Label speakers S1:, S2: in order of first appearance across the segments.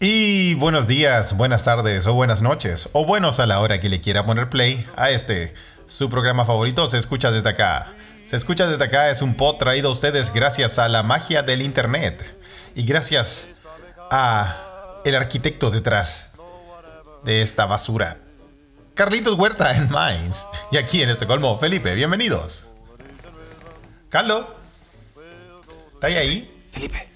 S1: Y buenos días, buenas tardes o buenas noches o buenos a la hora que le quiera poner play a este, su programa favorito se escucha desde acá. Se escucha desde acá es un pod traído a ustedes gracias a la magia del internet y gracias a el arquitecto detrás de esta basura. Carlitos Huerta en Mainz y aquí en Estocolmo, Felipe, bienvenidos. Carlos, ¿está ahí?
S2: Felipe.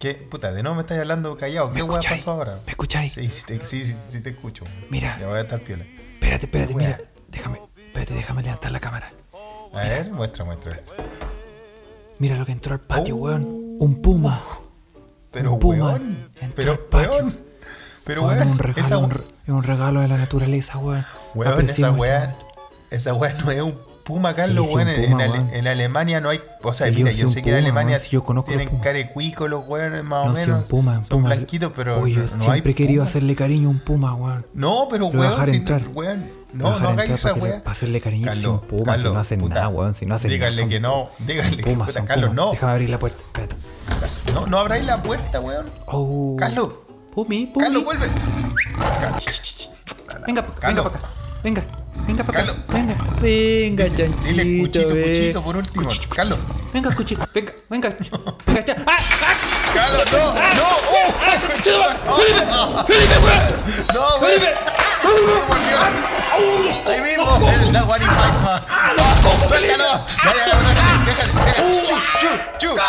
S1: ¿Qué? Puta, de nuevo me estás hablando callado.
S2: ¿Me
S1: ¿Qué hueá
S2: escucháis?
S1: pasó ahora?
S2: ¿Me escucháis?
S1: Sí, sí, te, sí, sí, sí te escucho.
S2: Mira.
S1: Ya voy a estar piola.
S2: Espérate, espérate,
S1: Wea.
S2: mira. Déjame, espérate, déjame levantar la cámara.
S1: A ver, muestra, muestra.
S2: Mira lo que entró al patio,
S1: Oh.
S2: weón. Un puma.
S1: Pero
S2: Un puma
S1: weón.
S2: entró al
S1: Pero
S2: patio.
S1: weón. Pero
S2: Weón, es un
S1: weón.
S2: regalo,
S1: Esa
S2: un re- es un regalo de la naturaleza, weón.
S1: weón, esa
S2: Apreciemos
S1: weá.
S2: esto.
S1: Esa weá no es un puma, Carlos,
S2: Sí, sí,
S1: weón.
S2: un
S1: En-
S2: puma,
S1: en, Ale-
S2: weón.
S1: en Alemania no hay. O sea,
S2: Sí,
S1: mira,
S2: yo
S1: yo
S2: sí,
S1: sé
S2: un
S1: que en
S2: puma,
S1: Alemania
S2: weón, sí, yo conozco los
S1: tienen
S2: pumas.
S1: carecuico los weones, más o
S2: No, sí,
S1: menos.
S2: un puma, un
S1: Son
S2: puma.
S1: blanquitos, pero.
S2: Uy, yo
S1: no hay
S2: siempre he querido
S1: puma.
S2: hacerle cariño a un puma, weón.
S1: No, pero
S2: Lo voy a
S1: weón,
S2: dejar
S1: si-
S2: entrar.
S1: weón,
S2: Lo
S1: no,
S2: dejar
S1: no
S2: entrar
S1: hagáis esa
S2: para que le-
S1: weá.
S2: para hacerle cariño, si
S1: Carlos,
S2: un puma, si
S1: Carlos,
S2: no hacen
S1: puta,
S2: nada, weón, si no hacen nada,
S1: Díganle
S2: son-
S1: que no, díganle,
S2: Puma,
S1: puta,
S2: son
S1: Carlos,
S2: pumas.
S1: no,
S2: Déjame abrir la puerta, espérate.
S1: no, no abráis la puerta, weón.
S2: Oh.
S1: Carlos,
S2: Pumi, pumi.
S1: Carlos, vuelve.
S2: Venga,
S1: Carlos.
S2: venga para acá. Venga, venga para acá.
S1: Carlos.
S2: Venga, venga,
S1: Dice,
S2: chanchito.
S1: Dile cuchito,
S2: ve.
S1: cuchito por último. Carlos,
S2: Venga, cuchito. Venga, venga. Venga, ya. ¡Ah! ¡Ah!
S1: Carlos, no, no, oh,
S2: ¡Chido, va! ¡Felipe! ¡Felipe,
S1: no,
S2: güey!
S1: weón.
S2: ¡Felipe!
S1: Por Dios. Ahí mismo, en la guarifaima. Suéltalo. Dale, dale, dale, déjale, déjale. Chu, chu, chu.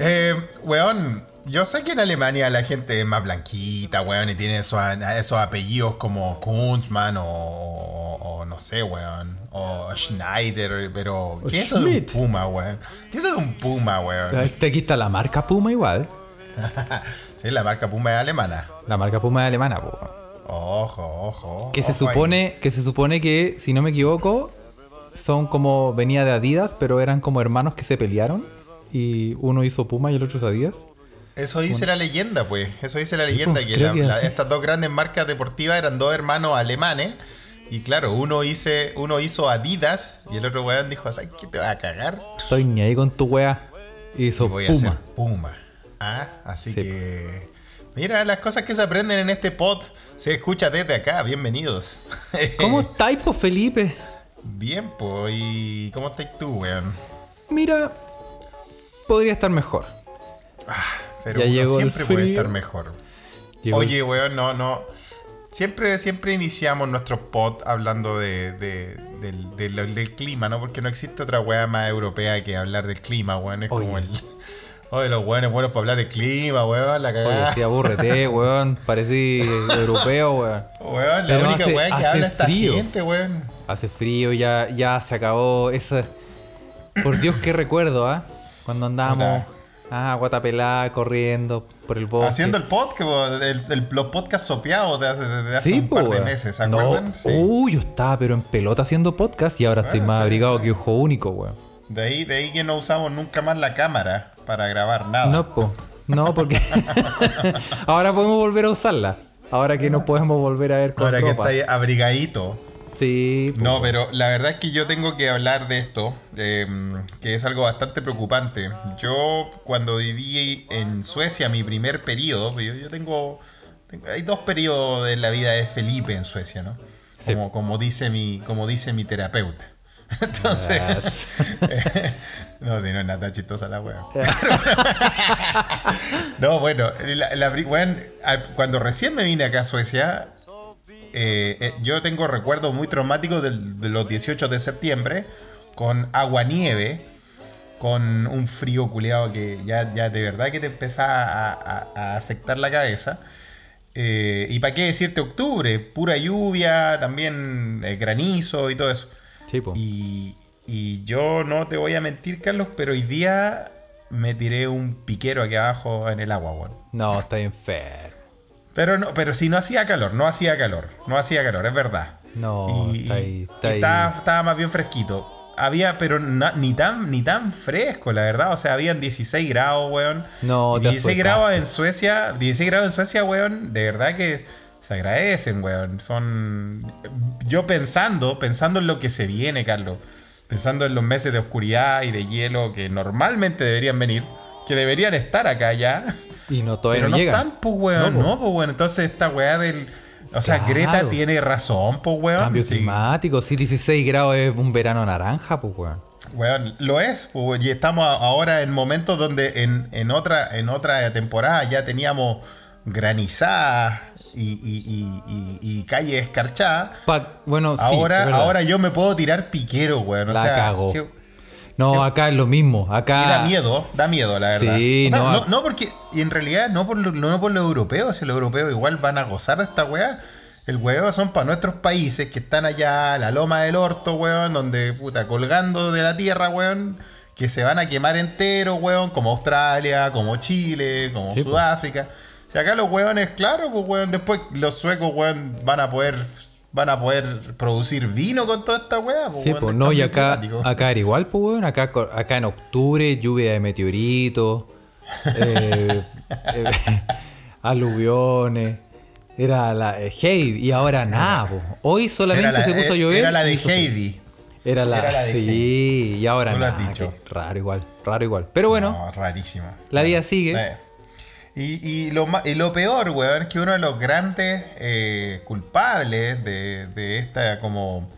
S1: Eh, weón, yo sé que en Alemania la gente es más blanquita, weón, y tiene esos, esos apellidos como Kunzmann o, o no sé, weón, o Schneider, pero ¿qué es eso de un
S2: Schmidt.
S1: puma, weón? ¿Qué es eso de un puma, weón?
S2: Te quita la marca Puma igual.
S1: sí, la marca Puma es alemana.
S2: La marca Puma es alemana, po.
S1: Ojo, ojo.
S2: Que se
S1: ojo ahí.
S2: supone, que se supone que, si no me equivoco, son como venía de Adidas, pero eran como hermanos que se pelearon. Y uno hizo Puma y el otro hizo Adidas.
S1: Eso dice la leyenda, pues. Eso dice la leyenda,
S2: pues,
S1: que,
S2: creo
S1: la-
S2: que
S1: la-
S2: así.
S1: estas dos grandes marcas deportivas eran dos hermanos alemanes. Y claro, uno, hice, uno hizo Adidas y el otro weón dijo, ¿sabes qué te vas a cagar?
S2: Estoy ni ahí con tu wea. Hizo
S1: Y voy a
S2: Puma.
S1: hacer Puma. Ah, así
S2: Sí. pues.
S1: que... Mira, las cosas que se aprenden en este pod se escucha desde acá. Bienvenidos.
S2: ¿Cómo estáis, po, Felipe?
S1: Bien, pues. ¿Y cómo estás tú, weón?
S2: Mira, podría estar mejor.
S1: Pero
S2: Ya
S1: uno
S2: llegó el
S1: siempre puede
S2: frío.
S1: estar mejor.
S2: Llegó
S1: Oye, weón, no, no. Siempre, siempre iniciamos nuestros pod hablando de, de- del, del- del clima, ¿no? Porque no existe otra weá más europea que hablar del clima, weón. Es como
S2: Oye.
S1: el. Oye, los weones buenos para hablar del clima, weón. La
S2: el- Oye,
S1: cagada.
S2: sí, aburrete, weón. Parecí europeo, weón.
S1: weón, la
S2: Pero
S1: única
S2: hace-
S1: weá que
S2: hace
S1: habla esta
S2: frío.
S1: gente, weón.
S2: Hace frío, ya, ya se acabó esa... Por Dios, qué recuerdo, ¿ah? Cuando andábamos... Ah, guatapelá, corriendo por el bosque.
S1: Haciendo el podcast, weón, el- el- los podcasts sopeados de hace, de hace un
S2: po,
S1: par de
S2: weón.
S1: meses, ¿se
S2: No. uh.
S1: acuerdan? Sí.
S2: Uy, yo estaba pero en pelota haciendo podcast y ahora estoy
S1: Ah,
S2: más
S1: sí,
S2: abrigado que ojo único, weón.
S1: De ahí, de ahí que no usamos nunca más la cámara para grabar nada.
S2: No, po. No, porque... ahora podemos volver a usarla. Ahora que nos podemos volver a ver con
S1: Ahora que
S2: ropa.
S1: está ahí abrigadito.
S2: Sí, po.
S1: No, pero la verdad es que yo tengo que hablar de esto, eh, que es algo bastante preocupante. Yo cuando viví en Suecia mi primer periodo, pues yo, yo tengo, tengo- hay dos periodos de la vida de Felipe en Suecia, ¿no?
S2: Sí.
S1: Como, como dice mi, como dice mi terapeuta. Entonces,
S2: Ah.
S1: eh, no, si no es nada tan chistosa la wea. no, bueno, la, la pri- weón, al- cuando recién me vine acá a Suecia, eh, eh, yo tengo recuerdos muy traumáticos del- de los 18 de septiembre con agua nieve, con un frío culeado que ya, ya de verdad que te empieza a, a- a afectar la cabeza. Eh, y para qué decirte octubre, pura lluvia, también eh, granizo y todo eso.
S2: Sí, po.
S1: Y, y yo no te voy a mentir, Carlos, pero hoy día me tiré un piquero aquí abajo en el agua, weón.
S2: No, está enfermo.
S1: Pero no, pero si no hacía calor, no hacía calor, no hacía calor, es verdad.
S2: No,
S1: Y-
S2: está ahí,
S1: y
S2: está ahí.
S1: Estaba, estaba más bien fresquito. Había, pero na- ni tan ni tan fresco, la verdad. O sea, habían 16 grados, weón.
S2: No,
S1: Y
S2: te
S1: 16
S2: asustaste.
S1: grados en Suecia, 16 grados en Suecia, weón. De verdad que Se agradecen, weón. Son. Yo pensando, pensando en lo que se viene, Carlos. Pensando en los meses de oscuridad y de hielo que normalmente deberían venir. Que deberían estar acá ya.
S2: Y no todavía
S1: Pero no
S2: no llega.
S1: están, pues, weón. No,
S2: No, po.
S1: pues, weón. Entonces, esta weá del. O sea,
S2: Claro.
S1: Greta tiene razón, pues, weón.
S2: Cambio
S1: Sí.
S2: climático, sí, 16 grados es un verano naranja, pues, weón.
S1: Weón, lo es, pues, weón, y estamos a- ahora en momentos donde en, en otra, en otra temporada ya teníamos granizadas y, y, y, y, y calle escarchada.
S2: Pa- bueno, sí,
S1: Ahora,
S2: es verdad.
S1: ahora yo me puedo tirar piquero, weón. O
S2: La
S1: sea,
S2: cago.
S1: que-
S2: No, acá es lo mismo. Acá.
S1: y da miedo, da miedo, la verdad.
S2: Ah. Sí,
S1: O sea,
S2: no,
S1: no,
S2: a-
S1: no porque, y en realidad no por, lo- no por los europeos, si los europeos igual van a gozar de esta weá. El huevo son para nuestros países que están allá, la loma del orto, weón, donde puta, colgando de la tierra, weón, que se van a quemar entero, weón, como Australia, como Chile, como
S2: Sí, pues.
S1: Sudáfrica. Si acá los weones, claro, pues weón, después los suecos, weón, van a poder, van a poder producir vino con toda esta weá, pues,
S2: Sí,
S1: weón,
S2: pues,
S1: del
S2: no, y
S1: cambio
S2: acá,
S1: climático.
S2: acá era igual, pues, weón. Acá, co- acá en octubre, lluvia de meteoritos, eh, eh, aluviones. Era la eh, heavy, y ahora nada, pues. Hoy solamente
S1: Era la- eh,
S2: se puso a llover.
S1: Era la de
S2: y hizo frío.
S1: Heidi.
S2: Era la,
S1: Era la de
S2: sí, y ahora
S1: Tú lo has
S2: nada,
S1: dicho.
S2: que Raro igual, raro igual. Pero bueno,
S1: No, rarísima.
S2: la vida sigue.
S1: Eh. Y, y lo, ma- y lo peor, weón, es que uno de los grandes eh, culpables de, de esta, como,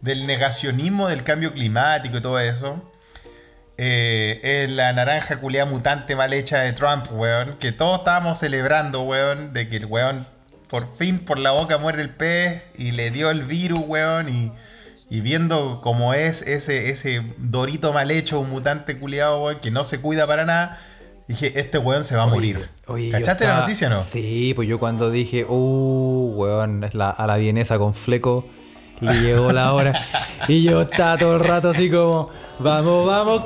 S1: del negacionismo del cambio climático y todo eso, eh, es la naranja culia mutante mal hecha de Trump, weón, que todos estábamos celebrando, weón, de que el weón por fin por la boca muere el pez y le dio el virus, weón, y, y viendo cómo es ese, ese dorito mal hecho, un mutante culiado, weón, que no se cuida para nada, dije, este weón se va a morir.
S2: Oye, yo
S1: ¿Cachaste la
S2: estaba-
S1: noticia o no?
S2: Sí, pues yo cuando dije, uh, weón, es la, a la vienesa con fleco, le llegó la hora. y yo estaba todo el rato así como, vamos, vamos,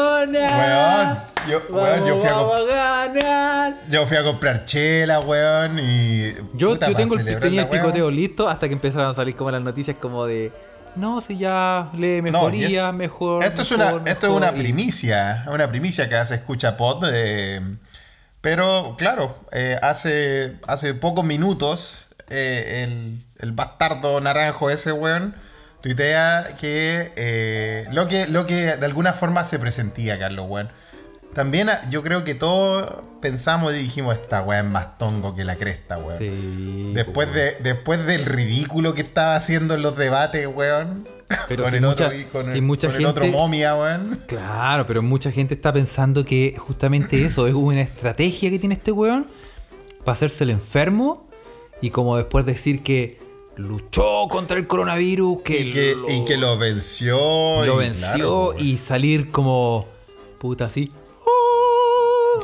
S2: corona.
S1: Weón, yo- weón, yo fui a
S2: vamos
S1: comp-
S2: a ganar.
S1: Yo fui a comprar chela, weón, y...
S2: Yo,
S1: puta,
S2: yo
S1: para
S2: tengo el,
S1: celebrar
S2: tenía
S1: la
S2: el
S1: weá.
S2: picoteo listo hasta que empezaron a salir como las noticias como de, no, si ya le mejoría,
S1: y-
S2: mejor.
S1: Esto es una,
S2: mejor,
S1: esto es una
S2: mejor, y-
S1: primicia, una primicia que se escucha pod. eh, pero claro, eh, hace, hace pocos minutos eh, el, el bastardo naranjo ese weón tuitea que, eh, lo que lo que de alguna forma se presentía, Carlos, weón. También ah, yo creo que todos pensamos y dijimos, esta weón es más tongo que la cresta, weón.
S2: Sí,
S1: Después,
S2: pues,
S1: de, después del ridículo que estaba haciendo en los debates, weón.
S2: Pero
S1: con
S2: si
S1: el otro,
S2: mucha-
S1: con el-
S2: si mucha
S1: con el otro
S2: gente-
S1: momia, weón.
S2: Claro, pero mucha gente está pensando que justamente eso es una estrategia que tiene este weón para hacerse el enfermo y como después decir que luchó contra el coronavirus, que,
S1: Y que,
S2: lo,
S1: y que lo venció.
S2: lo
S1: y
S2: venció
S1: claro, weón.
S2: y salir como puta así. "Oh",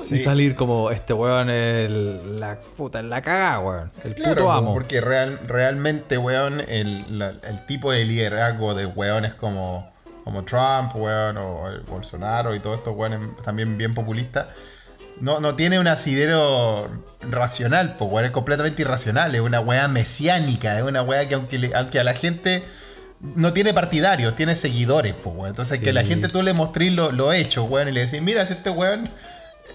S1: Sí.
S2: Y salir como este weón el, la puta en la cagada, weón. El
S1: Claro,
S2: puto amo.
S1: porque real- realmente, weón, el, la- el tipo de liderazgo de weones como, como Trump, weón, o, el Bolsonaro y todos estos weones también bien populistas, no, no tiene un asidero racional, pues, weón, es completamente irracional, es una weá mesiánica, es una weá que aunque, le- aunque a la gente... No tiene partidarios, tiene seguidores, pues, weón. Entonces, que a la
S2: Sí.
S1: gente tú le mostrís lo, lo hecho, weón, y le decís, mira, si este weón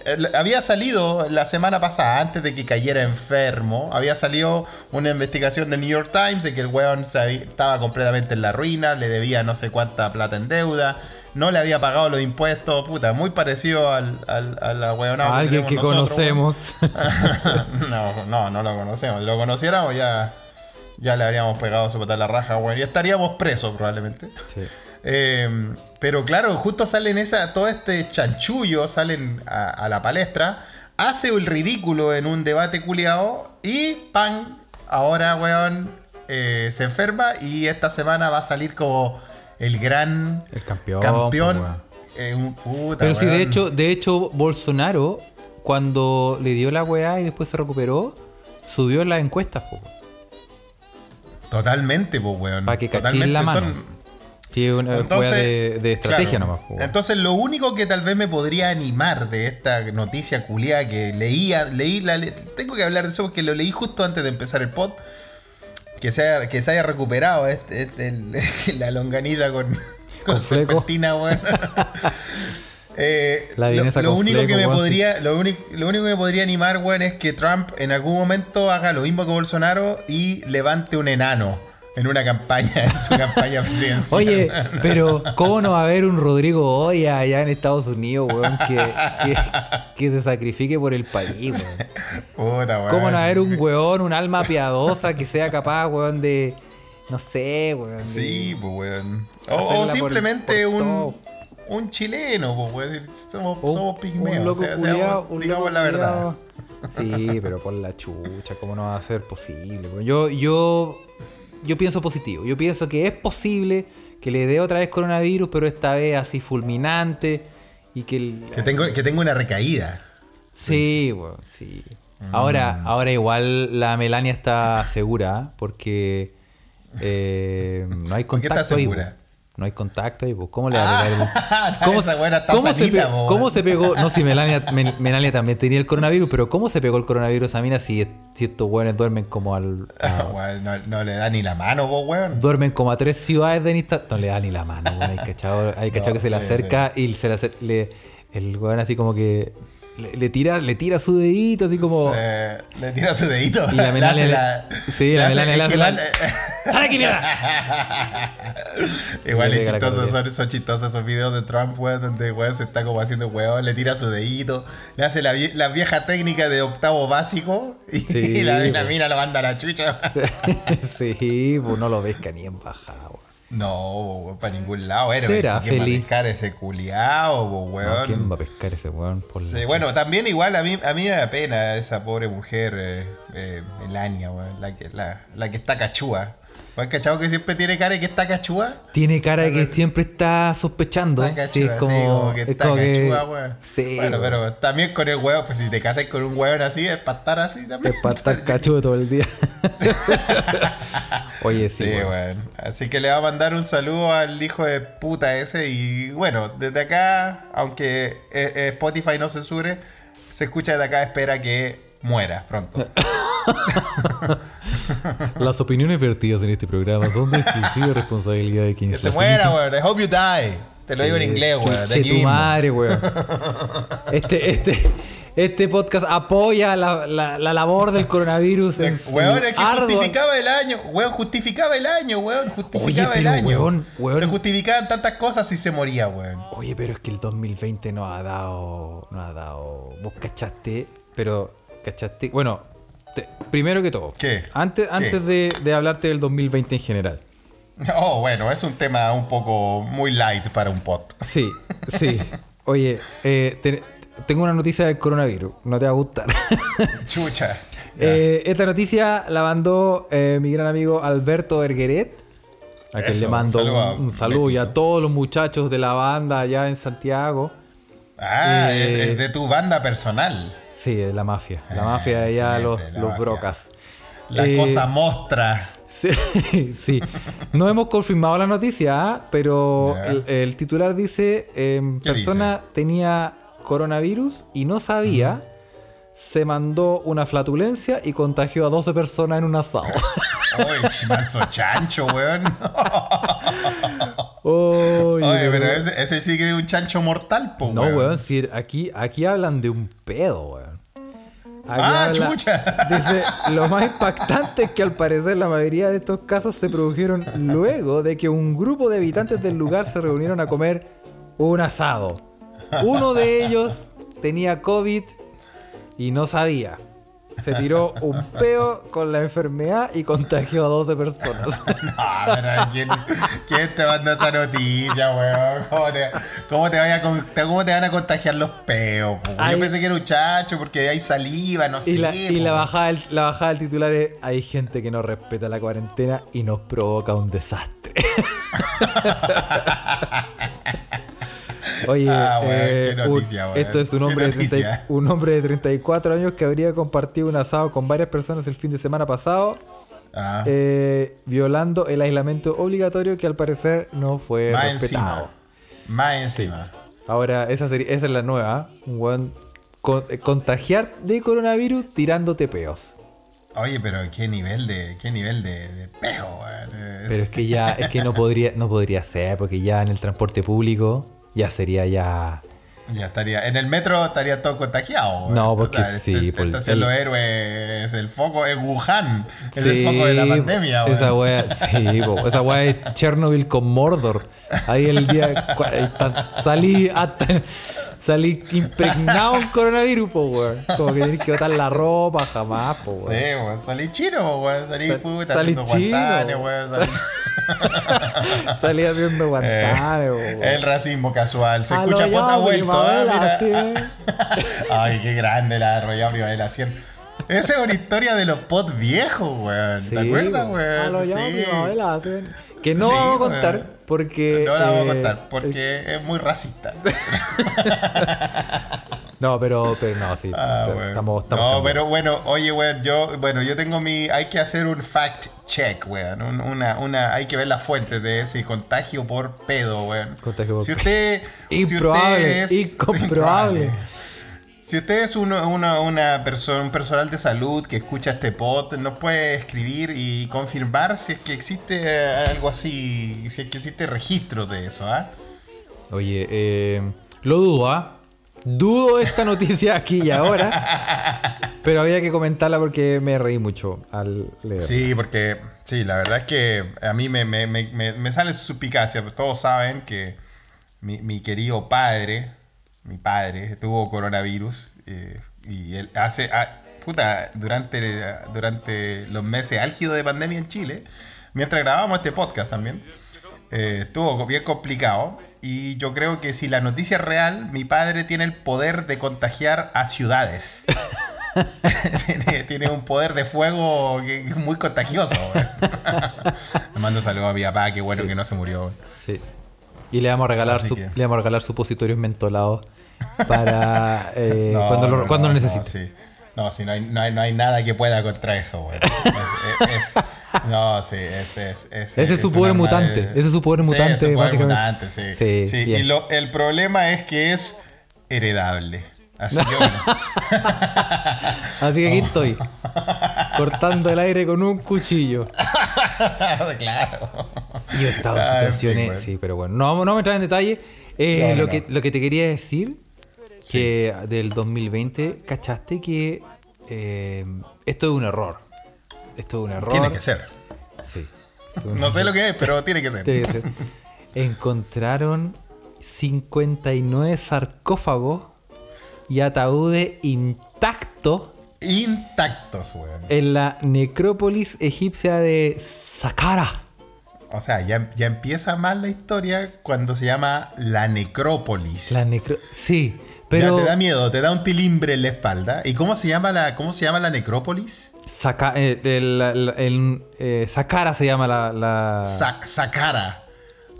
S1: El- Eh, Había salido la semana pasada, antes de que cayera enfermo, había salido una investigación del New York Times de que el weón se había- estaba completamente en la ruina, le debía no sé cuánta plata en deuda, no le había pagado los impuestos, puta, muy parecido al, al- a la weonada
S2: A alguien que
S1: tenemos nosotros, weón.
S2: conocemos.
S1: no, no, no lo conocemos. Si lo conociéramos ya, ya le habríamos pegado su patada en la raja, weón, y estaríamos presos probablemente.
S2: Sí.
S1: Eh, pero claro, justo salen esa, todo este chanchullo, salen a, a la palestra, hace el ridículo en un debate culiao y pan, ahora weón eh, se enferma y esta semana va a salir como el gran
S2: El campeón.
S1: campeón.
S2: pues, weón.
S1: Eh, un- puta,
S2: Pero sí, de
S1: weón.
S2: hecho, de hecho, Bolsonaro, cuando le dio la weá y después se recuperó, subió las encuestas, po.
S1: Mm. Totalmente, pues weón.
S2: Pa' que cachín
S1: Totalmente
S2: la mano.
S1: son-
S2: Sí, una
S1: Entonces,
S2: weá de, de estrategia
S1: claro.
S2: nomás, po.
S1: Entonces, lo único que tal vez me podría animar de esta noticia culiada que leía, leí la, le- tengo que hablar de eso porque lo leí justo antes de empezar el pod. Que se haya, que se haya recuperado este- este- el- la longaniza con,
S2: Con fleco.
S1: serpentina, weón. Eh,
S2: La
S1: lo,
S2: vienesa
S1: lo
S2: con
S1: único
S2: fleco,
S1: que me
S2: weón, sí.
S1: podría, lo, único, lo único que me podría animar, weón, es que Trump en algún momento haga lo mismo que Bolsonaro y levante un enano en una campaña, en su campaña presidencial.
S2: Oye, pero ¿cómo no va a haber un Rodrigo Oya allá en Estados Unidos, weón, que, que- que se sacrifique por el país, weón?
S1: Puta, weón.
S2: ¿Cómo no va a haber un weón, un alma piadosa que sea capaz, weón, de. No sé, weón. de-
S1: Sí, pues, weón. O,
S2: Hacerla
S1: o
S2: por-
S1: simplemente
S2: por
S1: un,
S2: todo.
S1: un chileno, pues, weón. Somos,
S2: O un-
S1: somos pigmeos.
S2: un loco
S1: o sea,
S2: culiao,
S1: seamos-
S2: un
S1: digamos
S2: loco
S1: la verdad.
S2: culiao. Sí, pero por la chucha, ¿cómo no va a ser posible? weón? Yo, yo, yo pienso positivo. Yo pienso que es posible que le dé otra vez coronavirus, pero esta vez así fulminante. Y que, el-
S1: Que tengo, que tengo una recaída.
S2: Sí, weón, sí.
S1: Mm.
S2: Ahora, ahora igual la Melania está segura, ¿ah? porque eh, no hay
S1: ¿Por qué
S2: contacto
S1: está
S2: ahí,
S1: segura?
S2: weón. No hay contacto ahí, pues. ¿Cómo le va a pegar el-
S1: Ah,
S2: ¿Cómo,
S1: esa
S2: se-
S1: buena está
S2: cómo se
S1: sanita,
S2: pe-
S1: po, weón.
S2: cómo se pegó? No, si Melania, Men- Melania también tenía el coronavirus, pero ¿cómo se pegó el coronavirus a Mina si, si estos weones duermen como al.
S1: Ah,
S2: a-
S1: weón, no, no le da ni la mano, vos, weón.
S2: duermen como a tres ciudades de Insta. No le da ni la mano, weón. Hay cachado, hay cachado que se le
S1: sí,
S2: acerca y se le acer- le- el weón así como que. Le, le tira, le tira su dedito, así como.
S1: Se- le tira su dedito.
S2: Y la Melania
S1: hace
S2: le- sí, la
S1: hace-
S2: Melania le
S1: es que
S2: hace
S1: no-
S2: ¡Sal aquí, mierda!
S1: Igual
S2: Le
S1: es
S2: pega la
S1: chistoso,
S2: correa.
S1: son, son chistosos esos videos de Trump, weón, donde weón se está como haciendo weón, le tira su dedito, le hace la, vie- la vieja técnica de octavo básico y,
S2: Sí,
S1: y la, y la
S2: weón.
S1: mina lo manda a la chucha.
S2: sí, pues no lo pesca ni en bajada, weón.
S1: No, weón, para ningún lado, héroe.
S2: Será
S1: ¿Quién va a
S2: feliz.
S1: pescar ese culiao, weón?
S2: No, ¿Quién va a pescar ese weón? Por la
S1: Sí, bueno, también igual a mí, a mí me da pena esa pobre mujer, eh, eh, Melania, weón, la, que, la, la que está cachúa. ¿Has cachado que siempre tiene cara de que está cachúa?
S2: Tiene cara de que siempre está sospechando.
S1: Está
S2: sí,
S1: cachúa,
S2: es
S1: sí,
S2: como,
S1: que
S2: es
S1: está
S2: como que-
S1: cachúa, weón.
S2: Sí,
S1: bueno,
S2: weón.
S1: pero también con el huevo, pues si te casas con un hueón así, es para estar así también.
S2: es para estar cachudo todo el día. Oye, sí,
S1: Sí,
S2: weón.
S1: weón. Así que le va a mandar un saludo al hijo de puta ese. Y bueno, desde acá, aunque eh, eh, Spotify no censure, se escucha desde acá, espera que muera pronto.
S2: Las opiniones vertidas en este programa son de exclusiva responsabilidad de quien
S1: Que se
S2: las
S1: muera,
S2: emite.
S1: weón. I hope you die. Te lo digo en
S2: Sí,
S1: inglés, weón. De
S2: chuche
S1: aquí
S2: tu
S1: mismo.
S2: madre, weón. Este, este, este podcast apoya la, la- la labor del coronavirus. en su
S1: Eh, Weón, es que
S2: ardua-
S1: justificaba el año, weón, justificaba el año, weón, justificaba
S2: Oye,
S1: el
S2: pero,
S1: año.
S2: weón, weón.
S1: Se justificaban tantas cosas si se moría, weón.
S2: Oye, pero es que el 2020 nos ha dado. Nos ha dado. Vos cachaste, pero. ¿Cachaste? Bueno, te- primero que todo.
S1: ¿Qué?
S2: Antes,
S1: ¿Qué?
S2: antes de, de hablarte del 2020 en general.
S1: Oh, bueno, es un tema un poco muy light para un pot.
S2: Sí, sí. Oye, eh, te- tengo una noticia del coronavirus. No te va a gustar.
S1: Chucha. Ya.
S2: Eh, esta noticia la mandó eh, mi gran amigo Alberto Ergueret. A quien
S1: Eso,
S2: le mando
S1: un
S2: un
S1: saludo a
S2: un, saludo y a
S1: Betito.
S2: todos los muchachos de la banda allá en Santiago.
S1: ah,
S2: eh,
S1: es, es de tu banda personal.
S2: Sí, de la mafia. La
S1: Ah,
S2: mafia de allá, los,
S1: excelente, la
S2: los
S1: mafia.
S2: brocas.
S1: La
S2: Eh,
S1: cosa mostra.
S2: Sí, sí. No hemos confirmado la noticia, ¿ah? pero
S1: Ya.
S2: el, el titular dice: eh,
S1: ¿Qué
S2: persona
S1: dice?
S2: tenía coronavirus y no sabía. Se mandó una flatulencia y contagió a 12 personas en un asado.
S1: Oye, chimanso chancho, weón.
S2: Oye,
S1: Oye, pero
S2: weón.
S1: ese, ese sí que es un chancho mortal, po,
S2: No, weón, si aquí, aquí hablan de un pedo, weón. Aquí
S1: Ah, chucha.
S2: Dice, lo más impactante es que al parecer la mayoría de estos casos se produjeron luego de que un grupo de habitantes del lugar se reunieron a comer un asado. Uno de ellos tenía COVID y no sabía. Se tiró un peo con la enfermedad y contagió a 12 personas.
S1: Ah, pero ¿quién, quién te mandó esa noticia, weón? ¿Cómo te, cómo te vaya a con- te- cómo te van a contagiar los peos? po?
S2: Ay.
S1: Yo pensé que era un chacho porque hay saliva, no sé.
S2: Y, la, y
S1: po.
S2: la, bajada del, la bajada del titular es, hay gente que no respeta la cuarentena y nos provoca un desastre. Oye,
S1: Ah, weón,
S2: eh,
S1: qué
S2: un-
S1: noticia, weón.
S2: esto es un
S1: Qué
S2: hombre, de
S1: noticia.
S2: 30 y- un hombre de 34 años que habría compartido un asado con varias personas el fin de semana pasado,
S1: Ah,
S2: eh, violando el aislamiento obligatorio que al parecer no fue
S1: más
S2: Eh, respetado.
S1: encima. Más encima.
S2: Ahora, esa, sería, esa es la nueva. ¿eh? Un weón con- eh, contagiar de coronavirus tirándote peos.
S1: Oye, pero qué nivel de, qué nivel de, de peo, weón. Eh,
S2: Pero es que ya, es que no podría, no podría ser, porque ya en el transporte público ya sería ya.
S1: Ya estaría. En el metro estaría todo contagiado.
S2: No,
S1: eh.
S2: porque sí,
S1: este-
S2: por-
S1: Estás en
S2: el-
S1: los héroes. El foco es Wuhan. Es el foco de la
S2: po,
S1: pandemia, weón.
S2: Esa wea, sí, po, esa wea es Chernobyl con Mordor. Ahí el día cua- eh, ta- salí hasta, salí impregnado en coronavirus, po, weón. Como que tienes que botar la ropa jamás, po,
S1: Sí,
S2: weón.
S1: Pues, weón. Salí chino, weón. Salí
S2: Sal-
S1: puta,
S2: salí
S1: haciendo
S2: chino.
S1: guantanes, weón. Salí-
S2: Salí haciendo guantanes, po, weón.
S1: El racismo casual. Se
S2: A lo
S1: escucha
S2: ya,
S1: pota vuelto, ah,
S2: primavera,
S1: mira.
S2: sí,
S1: Ay, qué grande la arrollada primavera 100. Esa es una historia de los pot viejos, weón. ¿Te acuerdas,
S2: po. A lo
S1: weón?
S2: ya,
S1: Sí.
S2: primavera, sí. Que no
S1: Sí,
S2: vamos a
S1: weón.
S2: contar porque.
S1: No la voy a
S2: eh,
S1: contar porque es muy racista.
S2: No, pero, pero no, sí.
S1: Ah,
S2: estamos,
S1: weón.
S2: estamos
S1: no,
S2: cambiando.
S1: pero bueno, oye, weón, yo, bueno, yo tengo mi, hay que hacer un fact check, weón, un- una, una, hay que ver la fuente de ese contagio por pedo, weón.
S2: Contagio por
S1: si
S2: pedo.
S1: usted, si usted
S2: Improbable,
S1: es-
S2: incomprobable.
S1: Si usted es uno- una, una persona, un personal de salud que escucha este pod, nos puede escribir y confirmar si es que existe eh, algo así, si es que existe registro de eso, ¿ah?
S2: Oye, eh, lo dudo, ¿ah? Dudo esta noticia aquí y ahora. pero había que comentarla porque me reí mucho al leer.
S1: Sí, porque sí, la verdad es que a mí me, me, me, me, me sale su suspicacia. pero Todos saben que mi, mi querido padre, mi padre, tuvo coronavirus eh, y él hace. ah, puta, durante, durante los meses álgidos de pandemia en Chile, mientras grabábamos este podcast también, eh, estuvo bien complicado. Y yo creo que si la noticia es real, mi padre tiene el poder de contagiar a ciudades. tiene, tiene un poder de fuego que- que es muy contagioso. weón. Le mando saludos a mi papá, qué bueno que no se murió. weón.
S2: Sí. Y le vamos a regalar,
S1: Así
S2: su-
S1: que-
S2: le vamos a regalar supositorios mentolados para eh,
S1: No,
S2: cuando lo,
S1: no,
S2: cuando
S1: no,
S2: lo
S1: no,
S2: necesite.
S1: sí. No, sí, no hay, no hay- no hay nada que pueda contra eso, weón. Es- es- es- no, sí, es, es,
S2: Ese es su
S1: un
S2: poder
S1: arma
S2: mutante, ese es su poder
S1: Sí,
S2: mutante,
S1: es su poder
S2: básicamente.
S1: mutante, sí.
S2: Sí,
S1: Sí, y
S2: bien.
S1: lo- el problema es que es heredable. Así que bueno.
S2: Así que aquí estoy, cortando el aire con un cuchillo.
S1: claro.
S2: Yo he estado en
S1: Ah, en fin,
S2: situaciones.
S1: bueno.
S2: Sí, pero bueno, no, vamos- no me trae en detalle. Eh,
S1: No, no,
S2: lo,
S1: no.
S2: Que, lo que te quería decir, que del 2020, ¿cachaste que eh, esto es un error? Esto es un error.
S1: Tiene que ser.
S2: Sí. Esto es un
S1: No sé
S2: error.
S1: lo que es, pero tiene que ser.
S2: Tiene que ser. Encontraron 59 sarcófagos y ataúdes intactos
S1: Intactos, weón.
S2: en la necrópolis egipcia de Saqqara.
S1: O sea, ya, ya empieza mal la historia cuando se llama la necrópolis.
S2: La necro... Sí,
S1: Ya
S2: pero...
S1: te da miedo, te da un tilimbre en la espalda. ¿Y cómo se llama la, cómo se llama la necrópolis?
S2: Saca, eh, el, el- el- eh, Sakara se llama la. la-
S1: Sa- Saqqara.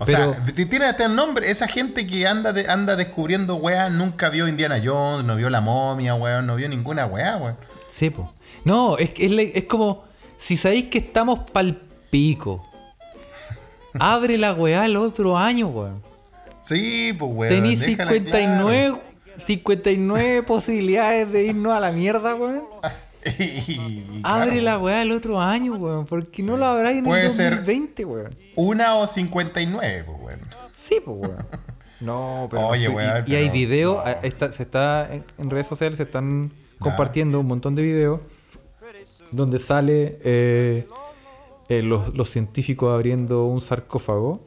S1: O
S2: Ah. Pero-
S1: sea, t- tiene hasta el nombre. Esa gente que anda, de- anda descubriendo weas nunca vio Indiana Jones, no vio la momia, weón, no vio ninguna wea, weón.
S2: Sí, po. No, es, que es, la- es como. Si sabéis que estamos pal pico, abre la weá el otro año, weón.
S1: Sí, pues weón.
S2: Tenéis
S1: déjala,
S2: 59, 59 posibilidades de irnos a la mierda, weón.
S1: claro. Y- y- y
S2: Abre
S1: claro.
S2: la weá el otro año, weón. Porque no la habrá en el
S1: Puede ser.
S2: 2020, weón.
S1: Una o 59, pues weón.
S2: Sí, pues, weón. No, pero.
S1: Oye,
S2: no fui-
S1: weón,
S2: y, y hay
S1: pero-
S2: videos,
S1: no.
S2: a- está- se está en, en redes sociales, se están compartiendo un montón de videos donde sale eh, eh, los, los científicos abriendo un sarcófago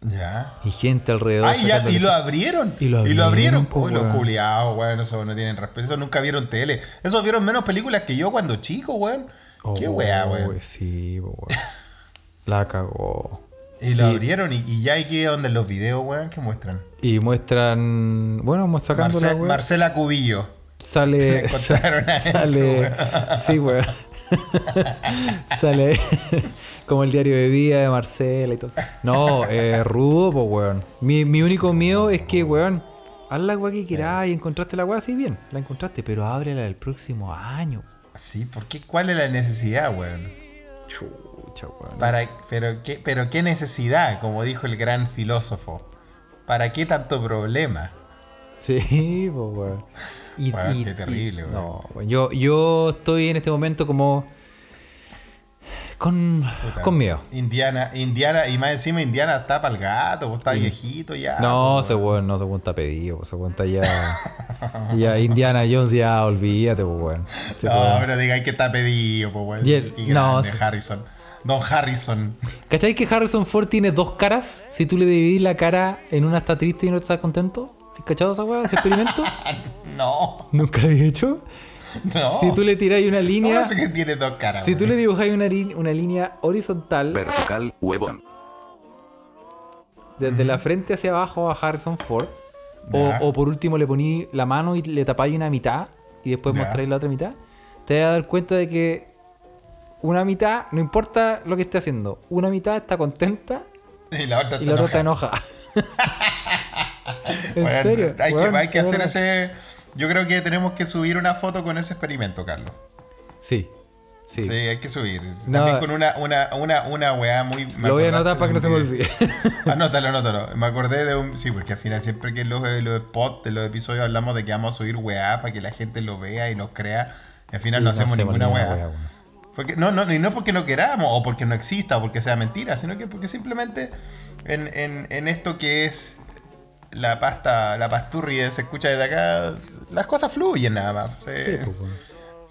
S1: Ya.
S2: y gente alrededor.
S1: Ay, ya, y
S2: sacándole-
S1: lo abrieron.
S2: Y lo abrieron,
S1: abrieron.
S2: po,
S1: Uy, los
S2: weón.
S1: culiados, weón. Eso no tienen respeto. Eso nunca vieron tele. Eso vieron menos películas que yo cuando chico, weón. Qué
S2: Oh,
S1: weá, weón.
S2: we- Sí, po, weón. La cagó.
S1: Y lo abrieron y, y ya hay que donde los videos, weón, que muestran.
S2: Y muestran. Bueno, mu- sacando la
S1: Marce-
S2: weá,
S1: Marcela Cubillo.
S2: Sale.
S1: la encontraron adentro,
S2: sale. Sí, weón. sale. como el diario de vida de Marcela y todo. No, eh, rudo, pues, weón. Mi, mi único miedo es que, weón, haz la weá que quieras y encontraste la weá, sí, bien, la encontraste, pero ábrela el próximo año.
S1: Sí, ¿por qué? ¿Cuál es la necesidad, weón?
S2: Chucha, weón.
S1: Para, pero, qué, pero qué necesidad, como dijo el gran filósofo. ¿Para qué tanto problema?
S2: Sí, po, weón. Y,
S1: Weón, qué terrible, weón.
S2: No, weón. Yo, yo estoy en este momento como. Con,
S1: Puta,
S2: con miedo.
S1: Indiana, Indiana, y más encima Indiana tapa al gato, vos estás viejito ya.
S2: No,
S1: pues,
S2: ese weón no se cuenta pedido, se cuenta ya. ya Indiana Jones, ya olvídate, pues weón. Sí,
S1: No,
S2: weón.
S1: pero diga que está pedido, pues, weón.
S2: Y el-
S1: Qué
S2: no,
S1: grande,
S2: sí.
S1: Harrison. Don Harrison.
S2: ¿Cachai que Harrison Ford tiene dos caras? Si tú le dividís la cara, en una está triste y en otra está contento. ¿Has cachado esa weá, ese experimento?
S1: No,
S2: Nunca lo había hecho.
S1: no.
S2: Si tú le tiráis una
S1: ¿Cómo
S2: línea,
S1: hace que tiene dos caras?
S2: si tú
S1: weón?
S2: le dibujáis una, li- una línea horizontal
S3: Vertical, huevón.
S2: desde la frente hacia abajo a Harrison Ford, o,
S1: Ya.
S2: o por último le poní la mano y le tapáis una mitad y después
S1: Ya.
S2: mostráis la otra mitad, te vas a dar cuenta de que una mitad, no importa lo que esté haciendo, una mitad está contenta
S1: Y la otra
S2: y
S1: te
S2: la otra está
S1: enoja.
S2: enoja. ¿En
S1: Bueno,
S2: serio?
S1: Hay que,
S2: weón,
S1: hay que
S2: qué
S1: hacer
S2: buena.
S1: ese. Yo creo que tenemos que subir una foto con ese experimento, Carlos.
S2: Sí,
S1: Sí,
S2: sí.
S1: hay que subir.
S2: No.
S1: También con una, una, una, una weá muy. me
S2: Lo voy a
S1: acordaste
S2: anotar para
S1: de
S2: que no se me
S1: un
S2: olvide.
S1: video. Anótalo, anótalo. Me acordé de un. Sí, porque al final siempre que en los, en los spots, de los episodios hablamos de que vamos a subir weá para que la gente lo vea y lo crea. Y al final
S2: Y
S1: no, hacemos ninguna weá.
S2: weón.
S1: Porque, no, no, y no porque no queramos, o porque no exista, o porque sea mentira, sino que porque simplemente en, en- en esto que es la pasta, la pasturri eh, se escucha desde acá, las cosas fluyen nada más.
S2: Sí,
S1: Se-
S2: pues, weón.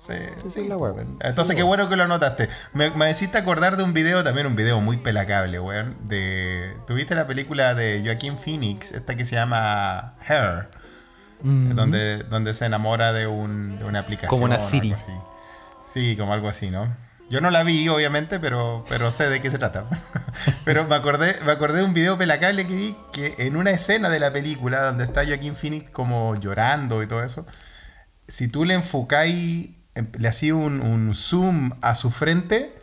S1: se-
S2: sí,
S1: sí,
S2: la
S1: pues,
S2: hueá.
S1: weón.
S2: Sí,
S1: Entonces,
S2: la
S1: qué
S2: hueá.
S1: bueno que lo anotaste. Me, me hiciste acordar de un video, también un video muy pelacable, weón. De, ¿Tuviste la película de Joaquín Phoenix, esta que se llama Hair?
S2: Mm,
S1: donde, donde se enamora de, un, de una aplicación.
S2: Como una
S1: o algo
S2: Siri.
S1: así. Sí, como algo así, ¿no? Yo no la vi, obviamente, pero, pero sé de qué se trata. pero me acordé, me acordé de un video pelacable que vi que en una escena de la película donde está Joaquín Phoenix como llorando y todo eso, si tú le enfocáis, em- le hacías un, un zoom a su frente,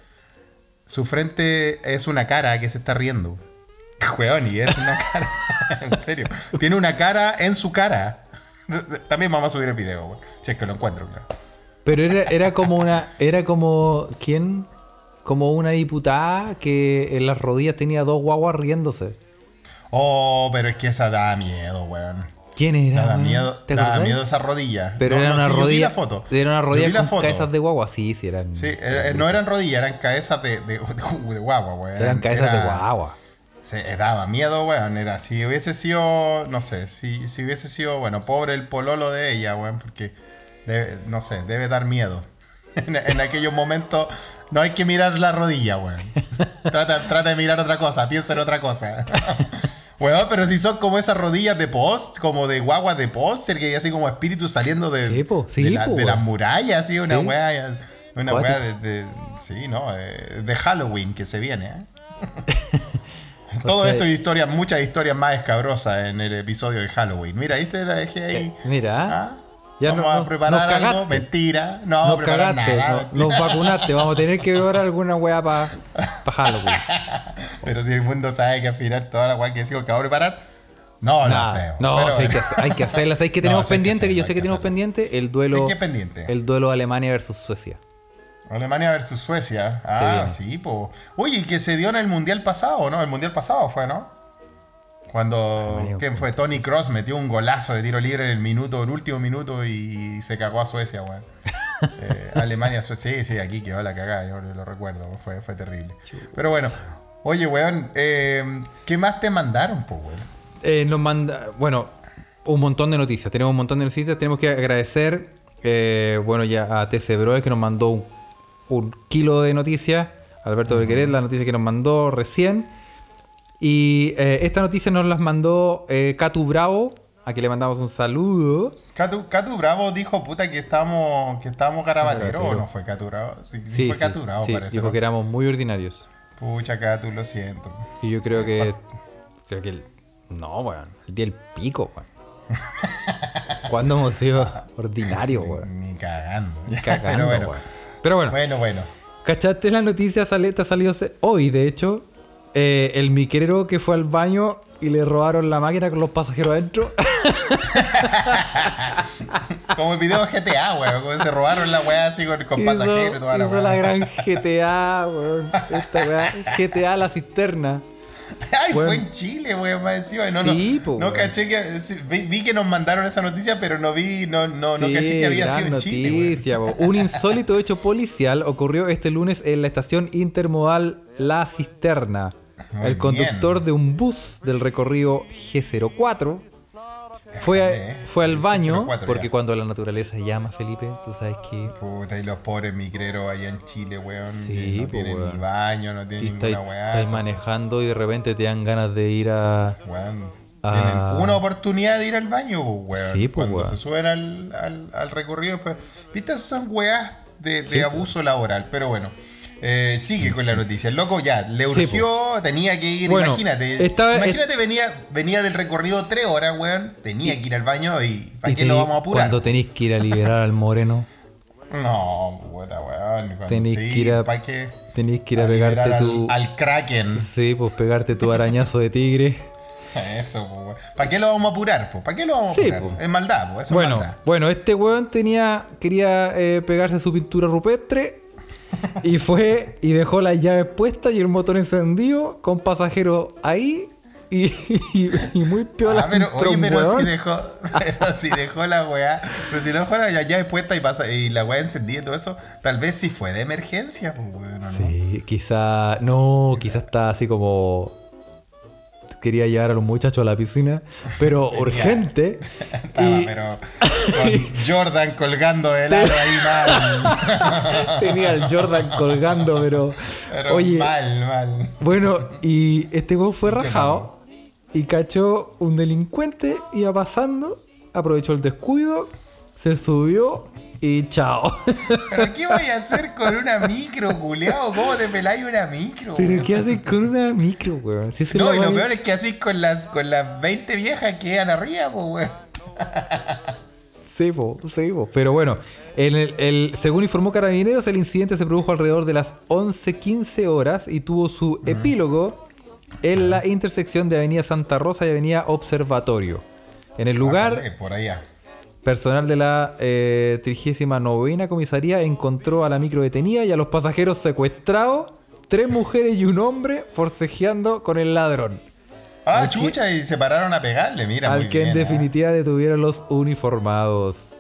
S1: su frente es una cara que se está riendo. Weón, y es una cara. en serio. Tiene una cara en su cara. También vamos a subir el video, weón. Si es que lo encuentro, claro.
S2: Pero era, era como una. Era como. ¿Quién? Como una diputada que en las rodillas tenía dos guaguas riéndose.
S1: Oh, pero es que esa da miedo, weón.
S2: ¿Quién era?
S1: Daba
S2: weón?
S1: miedo,
S2: ¿Te
S1: daba
S2: acordás?
S1: miedo esa rodilla.
S2: Pero
S1: No,
S2: era
S1: no,
S2: una
S1: sí, Yo vi
S2: rodilla.
S1: la foto.
S2: Era una
S1: Yo
S2: rodilla
S1: vi la
S2: con
S1: foto.
S2: cabezas de guagua. Sí, sí, eran.
S1: Sí, era- no eran rodillas, eran cabezas de, de, de guagua, weón.
S2: Eran cabezas
S1: Era-
S2: de guagua.
S1: Sí, eh, daba miedo, weón. Era, si hubiese sido, no sé, si, si hubiese sido, bueno, pobre el pololo de ella, weón, porque, debe- no sé, debe dar miedo. En, en aquellos momentos no hay que mirar la rodilla, weón. Trata, trata de mirar otra cosa, piensa en otra cosa. Weón, pero si son como esas rodillas de post, como de guaguas de post, que hay así como espíritus saliendo de,
S2: Sí, po, sí,
S1: de, la-
S2: po,
S1: de las
S2: weón.
S1: murallas, así, una
S2: Sí.
S1: weá, una
S2: Cuático.
S1: weá de, de- sí, no, eh, de Halloween que se viene, ¿eh? Todo
S2: O sea-
S1: esto y historias, muchas historias más escabrosas en el episodio de Halloween. Mira, ¿viste? La dejé ahí.
S2: Mira.
S1: ¿Ah?
S2: Eh, Ya
S1: Vamos
S2: no-
S1: a
S2: no-
S1: preparar
S2: nos
S1: algo.
S2: cagaste.
S1: Mentira. No, vamos a
S2: Nos
S1: preparar
S2: cagaste,
S1: nada.
S2: no- nos vacunaste. Vamos a tener que ver alguna weá para pa Halloween.
S1: Pero si el mundo sabe que al final toda la guay que decimos que va a preparar, no lo
S2: Nah,
S1: hacemos.
S2: no,
S1: Pero
S2: sí hay,
S1: bueno.
S2: que, hacer- hay que hacerlas. Hay que
S1: No,
S2: tenemos
S1: sí hay que
S2: pendiente, que yo
S1: hacerlo,
S2: sé
S1: hay
S2: que
S1: que
S2: tenemos
S1: hacerlo.
S2: pendiente, el duelo.
S1: ¿Y qué pendiente?
S2: El duelo Alemania versus Suecia.
S1: Alemania versus Suecia. Ah,
S2: viene.
S1: sí, po. Oye, y que se dio en el mundial pasado, ¿no? El mundial pasado fue, ¿no? Cuando.
S2: Alemania.
S1: ¿Quién fue? Tony Cross metió un golazo de tiro libre en el minuto, el último minuto, y se cagó a Suecia, weón. Eh, Alemania, Suecia. Sí, sí, aquí quedó la cagada, yo lo recuerdo. Fue, fue terrible. Pero bueno, oye, weón, eh, ¿qué más te mandaron, po, weón?
S2: Eh, nos manda, bueno, un montón de noticias. Tenemos un montón de noticias. Tenemos que agradecer, eh, bueno, ya a TC Brothers que nos mandó un, un kilo de noticias. Alberto Belqueret, la noticia que nos mandó recién. Y eh, esta noticia nos las mandó eh, Catu Bravo, a quien le mandamos un saludo.
S1: Catu, Catu Bravo dijo, puta, que estamos, que estamos garabateros, ¿o
S2: Garabatero.
S1: no fue Catu Bravo? Sí, sí
S2: Sí,
S1: fue
S2: sí,
S1: Catu Bravo,
S2: sí,
S1: parece.
S2: dijo
S1: ¿no?
S2: que éramos muy ordinarios.
S1: Pucha, Catu, lo siento.
S2: Y yo creo que. Creo que. el- no, weón. El día del pico, weón. ¿Cuándo hemos sido ordinarios, weón?
S1: Ni cagando. Ya,
S2: Cagando,
S1: pero bueno.
S2: weón. pues. Pero bueno,
S1: Bueno, bueno.
S2: ¿cachaste la noticia? Sale, esta salió se- hoy, de hecho. Eh, el miquero que fue al baño y le robaron la máquina con los pasajeros adentro.
S1: Como el video GTA, weón. Como se robaron la weá así con, con pasajeros y toda la
S2: hizo la
S1: weá.
S2: gran GTA, weón. Esta weá, GTA la cisterna.
S1: Ay,
S2: Bueno.
S1: fue en Chile, weón, más encima. No, no,
S2: Sí, po,
S1: no
S2: weón.
S1: caché que. sí, Vi, vi que nos mandaron esa noticia, pero no vi, no, no, no
S2: Sí,
S1: caché que había
S2: gran
S1: sido en Chile, weón.
S2: noticia, po. Un insólito hecho policial ocurrió este lunes en la estación intermodal La Cisterna.
S1: Muy
S2: el conductor de un bus del recorrido G04 fue,
S1: Grande, eh.
S2: a- fue al baño,
S1: G04 ya.
S2: porque cuando la naturaleza llama, Felipe, tú sabes que...
S1: Puta, y los pobres migreros allá en Chile, weón.
S2: Sí,
S1: que no
S2: po,
S1: tienen
S2: weón.
S1: ni baño, no
S2: Y
S1: tienen
S2: estáis,
S1: ninguna weá.
S2: estáis
S1: entonces,
S2: manejando y de repente te dan ganas de ir a...
S1: Weón.
S2: Ah.
S1: Tienen una oportunidad de ir al baño, po, weón.
S2: Sí, po,
S1: Cuando
S2: weón.
S1: se suben al, al, al recorrido. pues, Viste, esas son weas de, de
S2: Sí, pues. po.
S1: abuso laboral, pero bueno. Eh, sigue con la noticia. El loco ya, le
S2: Sí, pues.
S1: urgió, tenía que ir.
S2: Bueno,
S1: imagínate.
S2: estaba-
S1: imagínate, venía, venía del recorrido tres horas, weón. Tenía que ir al baño y ¿para
S2: y
S1: qué
S2: tenéis-
S1: lo vamos a apurar?
S2: Cuando tenéis que ir a liberar al moreno,
S1: No, puta, weón. cuando-
S2: Tenés
S1: sí,
S2: que ir a-
S1: ¿para qué?
S2: tenéis que ir a,
S1: A liberar
S2: pegarte tu...
S1: al, al Kraken.
S2: Sí, pues pegarte tu arañazo de tigre.
S1: Eso, pues, ¿Para qué lo vamos a apurar, po? ¿Para qué lo vamos
S2: Sí,
S1: a apurar?
S2: po.
S1: Es maldad, po. Eso es
S2: Bueno,
S1: maldad.
S2: bueno, este weón tenía, quería eh, pegarse su pintura rupestre y fue y dejó las llaves puestas y el motor encendido con pasajeros ahí y, y- y muy piola.
S1: Ah, pero,
S2: entró
S1: oye,
S2: un
S1: pero
S2: weón.
S1: si dejó, pero si dejó la weá, pero si no fuera ya, ya puesta y pasa, y la weá encendida y todo eso, tal vez si fue de emergencia, pues bueno, ¿no?
S2: Sí, quizá, no, quizá está así como... Quería llevar a los muchachos a la piscina, pero urgente.
S1: Estaba,
S2: y
S1: pero con Jordan colgando el aro ahí mal,
S2: tenía al Jordan colgando, pero...
S1: pero
S2: oye,
S1: mal, mal.
S2: Bueno, y este weón
S1: ¿Y
S2: fue
S1: qué
S2: rajado y cachó un delincuente, iba pasando, aprovechó el descuido, se subió y chao.
S1: Pero ¿qué voy a hacer con una micro, culeado? ¿Cómo te peláis una micro?
S2: Pero
S1: weón?
S2: ¿qué haces con una micro, weón? Si esa es
S1: No,
S2: la
S1: y lo
S2: weá-
S1: peor es que así con las, con las 20 viejas que quedan arriba, pues weón.
S2: Sí, po, sí, po. Pero bueno, en el- el- según informó Carabineros, el incidente se produjo alrededor de las 11.15 horas y tuvo su
S1: Mm.
S2: epílogo en la intersección de Avenida Santa Rosa y Avenida Observatorio. En el lugar...
S1: Ah, por allá.
S2: Personal de la eh, 39 comisaría encontró a la micro detenida y a los pasajeros secuestrados, tres mujeres y un hombre forcejeando con el ladrón,
S1: Ah,
S2: Al que-
S1: chucha, y se pararon a pegarle, mira. muy
S2: al que en
S1: bien, ¿eh?
S2: definitiva detuvieron los uniformados.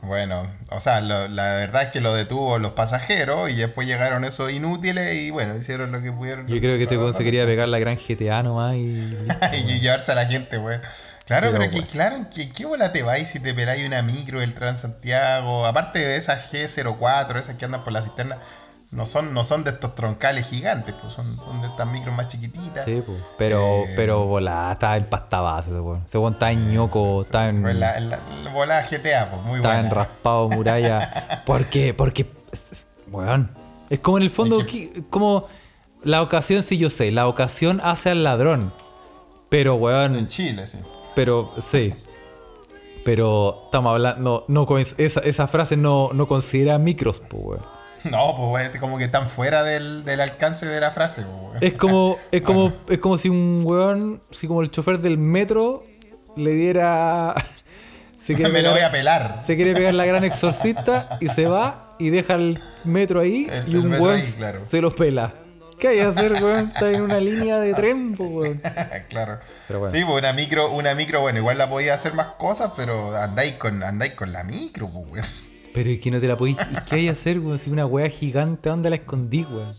S1: Bueno, o sea, lo- la verdad es que lo detuvo los pasajeros y después llegaron esos inútiles y bueno, hicieron lo que pudieron.
S2: Yo creo que este weón se quería pegar la gran GTA nomás y...
S1: y llevarse a la gente, güey. Claro,
S2: Pero,
S1: pero, que,
S2: güey.
S1: claro, que, ¿qué bola te vais si te peláis una micro del Transantiago? Aparte de esas G04, esas que andan por la cisterna, no son, no son de estos troncales gigantes, pues son, son de estas micros más chiquititas.
S2: Sí, po. pero,
S1: Eh.
S2: pero volá, estaba en pastabazo ese weón. Ese weón estaba en ñoco, estaba en,
S1: Fue pues, la, la, la volada GTA, pues muy
S2: estaba
S1: buena.
S2: en raspado muralla. ¿Por qué? Porque, weón, es como en el fondo,
S1: Es
S2: qui- como la ocasión, sí yo sé, la ocasión hace al ladrón. Pero,
S1: En
S2: weón,
S1: Chile, sí.
S2: pero, sí. Pero estamos hablando, no, coinc- esa, esa frase no, no considera micros, po, weón.
S1: No, pues güey, este como que están fuera del, del alcance de la frase, pues, güey.
S2: Es como, es como, es como si un weón, si como el chofer del metro le diera... se quiere
S1: Me lo
S2: pegar-
S1: voy a pelar.
S2: Se quiere pegar la gran exorcista y se va y deja el metro ahí
S1: El-
S2: y
S1: el
S2: un
S1: metro
S2: weón
S1: ahí, claro.
S2: se los pela. ¿Qué hay que hacer, weón? Está en una línea de tren, po, weón.
S1: claro.
S2: Pero bueno.
S1: Sí, pues una micro, una micro, bueno, igual la podía hacer más cosas, pero andáis con, andáis con la micro, pues, weón.
S2: Pero es que no te la podís. ¿Y qué hay que hacer, weón? Si una weá gigante, ¿dónde la escondí, weón?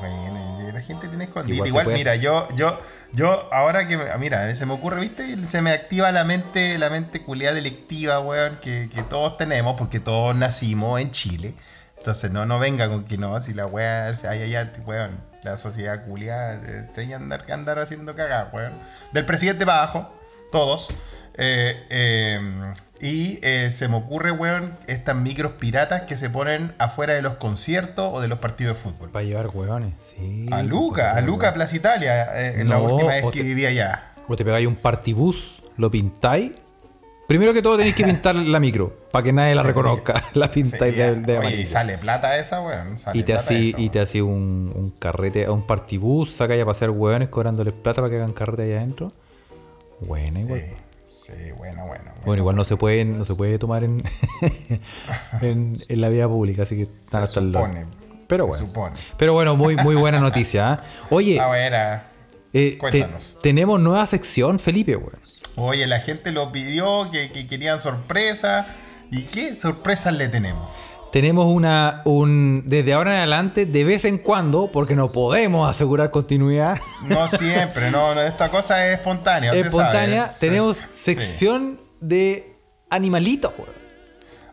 S1: Bueno, y la gente tiene escondida.
S2: Igual
S1: Igual,
S2: se puede
S1: mira, yo, yo, yo, ahora que, me- mira, se me ocurre, viste, se me activa la mente, la mente culiada delictiva, weón, que, que todos tenemos, porque todos nacimos en Chile. Entonces, no, no venga con que no, si la weá, ay, ay, ay, weón, la sociedad culiada, eh, tiene que andar, que andar haciendo cagada, weón. Del presidente para abajo, todos. Eh, eh, y eh, se me ocurre, weón, estas micros piratas que se ponen afuera de los conciertos o de los partidos de fútbol.
S2: Para llevar weones, sí.
S1: A Luca,
S2: para
S1: a Luca
S2: llevar
S1: Plaza Italia, eh, en la
S2: No,
S1: última vez
S2: o
S1: que
S2: te-
S1: vivía allá.
S2: weones. O te pegáis un partibus, lo pintáis. Primero que todo tenéis que pintar la micro, para que nadie la reconozca. La pintáis
S1: Sí,
S2: de,
S1: ya.
S2: de
S1: Oye,
S2: amarillo.
S1: y sale plata esa, weón. sale
S2: Y te
S1: plata
S2: así,
S1: esa,
S2: y
S1: weón.
S2: te así un, un carrete, un partibús, saca ya a pasear hueones cobrándoles plata para que hagan carrete allá adentro. Bueno, igual.
S1: Sí, sí, bueno, bueno. bueno.
S2: Bueno, igual no se puede, no se puede tomar en, en, en la vía pública, así que
S1: Se
S2: están hasta el lado.
S1: supone.
S2: Pero
S1: se
S2: bueno.
S1: supone.
S2: Pero bueno, muy, muy buena noticia. ¿ah? Oye,
S1: Ah, bueno, era-
S2: Eh, te-
S1: Cuéntanos.
S2: tenemos nueva sección, Felipe, weón.
S1: Oye, la gente lo pidió, que, que querían sorpresa. ¿Y qué sorpresas le tenemos?
S2: Tenemos una, un, desde ahora en adelante, de vez en cuando, porque no podemos asegurar continuidad
S1: No siempre, no, no, esta cosa es espontánea. usted sabe. ¿eh?
S2: espontánea,
S1: Sí.
S2: Eh, tenemos
S1: Sí.
S2: sección de animalitos, weón.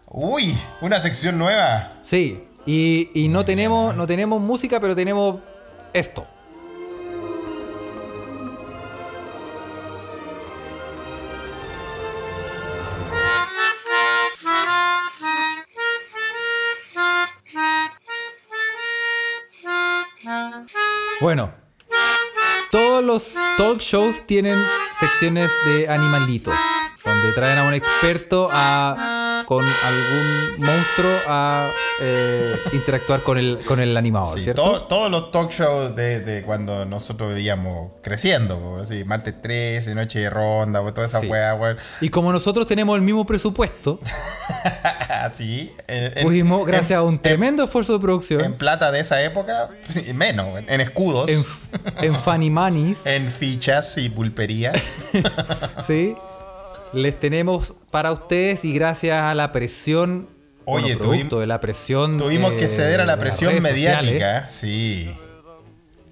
S1: Uy, una sección nueva.
S2: Sí, y, y no, tenemos, no tenemos música, pero tenemos esto. Bueno, todos los talk shows tienen secciones de animalitos, donde traen a un experto a, con algún monstruo a eh, interactuar con el, con el animador,
S1: Sí,
S2: ¿cierto?
S1: todo- todos los talk shows de, de cuando nosotros vivíamos creciendo, po, así, martes 13, noche de ronda, po, toda esa
S2: Sí.
S1: weá, weón.
S2: Y como nosotros tenemos el mismo presupuesto,
S1: Así, en- en-
S2: pudimos, gracias a un
S1: en-
S2: tremendo esfuerzo de
S1: en,
S2: producción,
S1: plata de esa época, sí, menos, weón, en escudos,
S2: en,
S1: en,
S2: f- en Fanimanis,
S1: fichas y
S2: Eh,
S1: pulperías.
S2: ¿sí? Les tenemos para ustedes y gracias a la presión,
S1: Oye,
S2: bueno, producto
S1: tuvim-
S2: de la presión.
S1: Tuvimos
S2: eh,
S1: que ceder a la
S2: de las
S1: presión
S2: redes sociales,
S1: mediática, sí.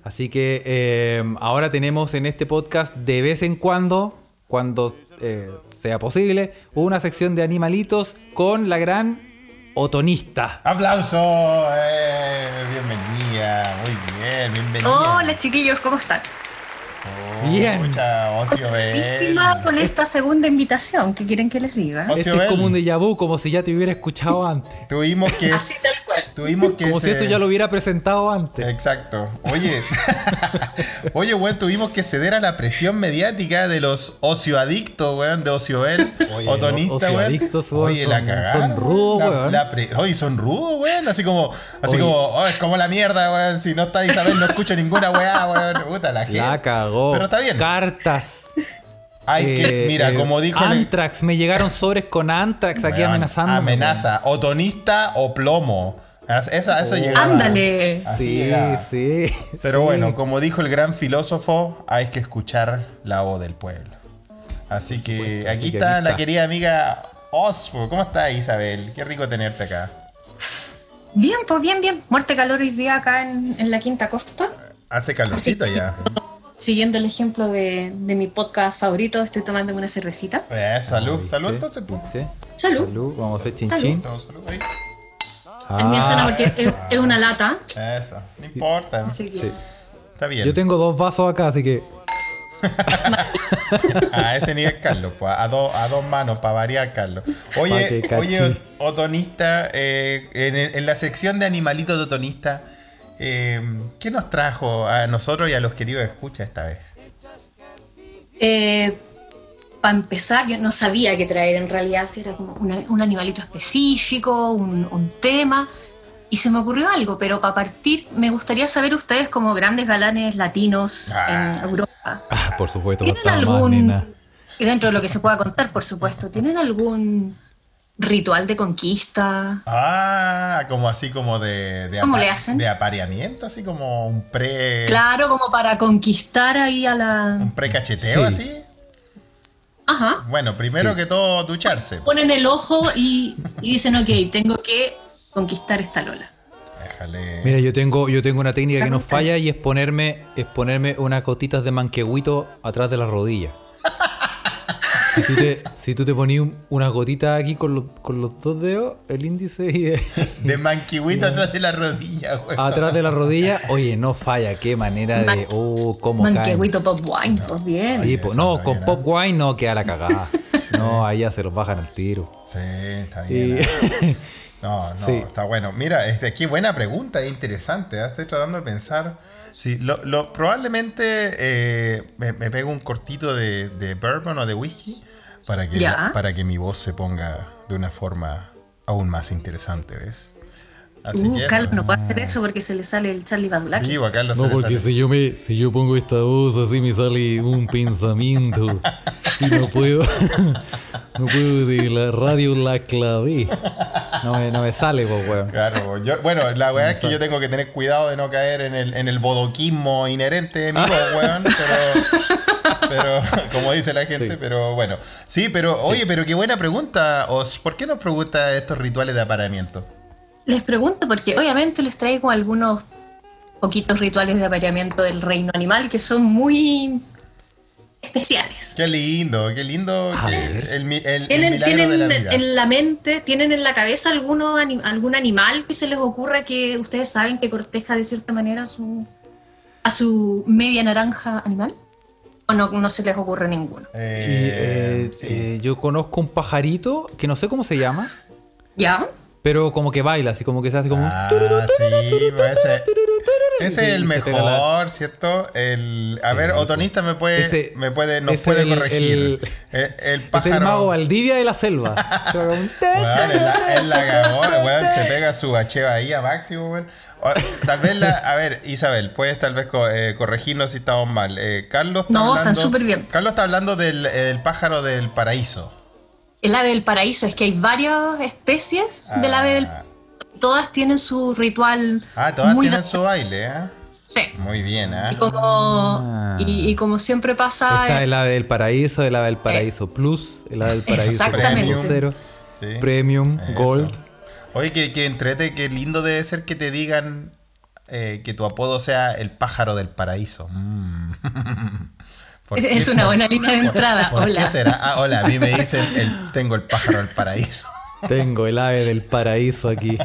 S2: Así que eh, ahora tenemos en este podcast de vez en cuando, cuando eh, sea posible, una sección de animalitos con la gran otonista.
S1: ¡Aplauso! Eh, bienvenida, muy bien, bienvenida.
S3: Hola chiquillos, ¿cómo están?
S1: Oh,
S2: Bien.
S1: Mucha ocio Bell.
S3: Víctima con esta segunda invitación, ¿qué quieren que les diga?
S1: Ocio
S2: Este es
S1: Bell.
S2: como un déjà vu, como si ya te hubiera escuchado antes.
S1: Tuvimos que.
S3: Así tal cual.
S1: Tuvimos que.
S2: Como si
S1: se-
S2: esto ya lo hubiera presentado
S1: Eh,
S2: antes.
S1: Exacto. Oye, oye, weón, tuvimos que ceder a la presión mediática de los ocioadictos, weón, de Ocioel,
S2: Oye, los
S1: otonista, weón.
S2: ocioadictos, weón,
S1: Oye, la
S2: son-
S1: cagaron,
S2: son rudos,
S1: la-
S2: weón.
S1: la pre- oye, son rudos, weón. Así como, así
S2: Oye.
S1: como, oh, es como la mierda, weón. Si no está Isabel, no escucha ninguna weá, weón. Puta, la gente.
S2: La cagó.
S1: Pero está bien.
S2: Cartas.
S1: Hay que,
S2: eh,
S1: mira,
S2: eh,
S1: como dijo el-
S2: Antrax, me llegaron sobres con Antrax aquí
S1: Weón,
S2: amenazando.
S1: Amenaza. Otonista o plomo. Esa, eso llegaba.
S3: Ándale.
S1: Así
S2: Oh. Sí,
S1: llegaba.
S2: sí.
S1: Pero
S2: sí.
S1: bueno, como dijo el gran filósofo, hay que escuchar la voz del pueblo. Así que
S2: supuesto,
S1: aquí
S2: así que
S1: está
S2: aquí
S1: la
S2: está.
S1: querida amiga Ospo. ¿Cómo estás, Isabel? Qué rico tenerte acá.
S3: Bien, pues bien, bien. Muerte calor hoy día acá en, en la Quinta Costa.
S1: Hace calorcito
S3: Así.
S1: ya.
S3: Siguiendo el ejemplo de, de mi podcast favorito, estoy tomando una cervecita.
S1: Eh, salud,
S2: ¿Viste?
S1: salud entonces. pues. pu.
S2: ¿Viste?
S3: Salud.
S2: Salud, vamos a hacer chin
S3: Salud.
S2: chin.
S1: Salud, salud, ahí.
S3: El mío suena
S2: Ah,
S3: porque es, es una lata.
S1: Eso, no importa.
S3: Así que,
S1: Está bien.
S2: yo tengo dos vasos acá, así que.
S1: A ese nivel, Carlos, pues, a, dos, a dos manos para variar, Carlos.
S2: Pa' que
S1: Oye,
S2: cachi.
S1: oye Otonista, eh, en, el- en la sección de animalitos de Otonista, eh, ¿qué nos trajo a nosotros y a los queridos escucha esta vez?
S3: para Eh, empezar, yo no sabía qué traer en realidad, si era como una- un animalito específico, un, un tema. Y se me ocurrió algo, pero para partir me gustaría saber ustedes como grandes galanes latinos
S1: Ah.
S3: en Europa.
S2: Ah, por supuesto,
S3: ¿Tienen
S2: faltaba más,
S3: algún,
S2: nena.
S3: y dentro de lo que se pueda contar, por supuesto, ¿tienen algún ritual de conquista?
S1: Ah, como así como de, de,
S3: ¿Cómo
S1: apa-
S3: le hacen?
S1: de apareamiento, así como un pre
S3: Claro, como para conquistar ahí a la...
S1: un precacheteo
S2: Sí.
S1: así.
S3: Ajá.
S1: Bueno, primero
S2: Sí.
S1: que todo ducharse. pues.
S3: Ponen el ojo y, y dicen, ok, tengo que conquistar esta Lola.
S1: Déjale.
S2: Mira, yo tengo, yo tengo una técnica que no
S3: Pregúntale.
S2: falla y es ponerme, es ponerme unas gotitas de manquehuito atrás de las rodillas. Si tú te, si tú te ponías un- unas gotitas aquí con los, con los dos dedos, el índice y el-
S1: De manquihuito atrás de la rodilla, güey.
S2: atrás de las rodillas, oye, no falla, qué manera de.
S3: Man-
S2: Oh, cómo caen.
S3: Manquehuito pop wine, pues bien.
S2: Sí,
S1: Oye,
S2: po-
S1: eso
S2: no,
S1: está
S2: con
S1: bien,
S2: Pop Wine no queda la cagada. No, ahí ya se los bajan al tiro.
S1: Sí, está
S2: Y-
S1: bien. No, no,
S2: Sí.
S1: está bueno. Mira, este, qué buena pregunta, interesante. ¿eh? Estoy tratando de pensar. Sí, lo, lo- probablemente eh, me, me pego un cortito de, de bourbon o de whisky para que,
S3: Ya.
S1: para que mi voz se ponga de una forma aún más interesante, ¿ves? Así
S3: Uh,
S1: que eso.
S3: Carlos no puede hacer eso porque se le sale el Charlie Badulac.
S1: Sí, a Carlos se
S2: No,
S1: le
S2: porque
S1: sale.
S2: si yo, me, si yo pongo esta voz así me sale un pensamiento y no puedo, no puedo de la radio la clave. No me, no me sale, pues, weón.
S1: Claro, yo- bueno, la verdad es que yo tengo que tener cuidado de no caer en el, en el bodoquismo inherente de mí, pues, weón, pero, pero, como dice la gente,
S2: Sí.
S1: pero bueno. Sí, pero oye, pero qué buena pregunta, Os, ¿por qué nos pregunta estos rituales de apareamiento?
S3: Les pregunto porque obviamente les traigo algunos poquitos rituales de apareamiento del reino animal que son muy especiales.
S1: Qué lindo, qué lindo
S2: A
S1: que
S2: ver.
S1: el, mi- el- el
S3: Tienen,
S1: milagro de
S3: tienen
S1: la vida.
S3: en la mente, tienen en la cabeza alguno, ani- algún animal que se les ocurra que ustedes saben que corteja de cierta manera a su, a su media naranja animal. O no, no se les ocurre ninguno.
S1: Eh,
S2: Y, eh,
S1: sí.
S2: eh, yo conozco un pajarito que no sé cómo se llama,
S3: ¿Ya?
S2: pero como que baila, así como que se hace como un
S1: Ah,
S2: tururú,
S1: sí, pues ese,
S2: tururú,
S1: ese es
S2: y
S1: el
S2: se pega la-
S1: mejor, ¿cierto? El, a
S2: Sí,
S1: ver,
S2: pues.
S1: Otonista me puede,
S2: Ese-
S1: me puede, nos
S2: ese
S1: puede
S2: el-
S1: corregir. Eh, El, el pájaro.
S2: Es el mago Valdivia de la selva. Se pega un
S1: Weón, el, la- el lagabola, weón, se pega su bacheva ahí a máximo, weón. O- Tal vez la, a ver, Isabel, puedes tal vez co- eh, corregirnos si estamos mal. Eh, Carlos está
S3: No, están
S1: hablando-
S3: súper bien.
S1: Carlos está hablando del el pájaro del paraíso.
S3: El ave del paraíso, es que hay varias especies del ave del
S1: Ah.
S3: Todas tienen su ritual
S1: Ah, todas
S3: muy
S1: tienen
S3: da-
S1: su Ah. baile, ¿eh?
S3: Sí.
S1: Muy bien, ¿eh?
S3: Y como, y, y como siempre pasa,
S2: Está
S3: eh,
S2: el ave del paraíso, el ave del paraíso plus, el ave del paraíso
S3: Exactamente.
S2: 2.0,
S1: Sí.
S2: premium,
S1: Eso.
S2: gold.
S1: Oye, que, que entrete, qué lindo debe ser que te digan eh, que tu apodo sea el pájaro del paraíso. Mm. ¿Por
S3: es
S1: qué
S3: una
S1: será?
S3: buena línea de entrada.
S1: ¿Por qué
S3: Hola.
S1: será? Ah, hola, a mí me dicen el- tengo el pájaro del paraíso.
S2: Tengo el ave del paraíso aquí.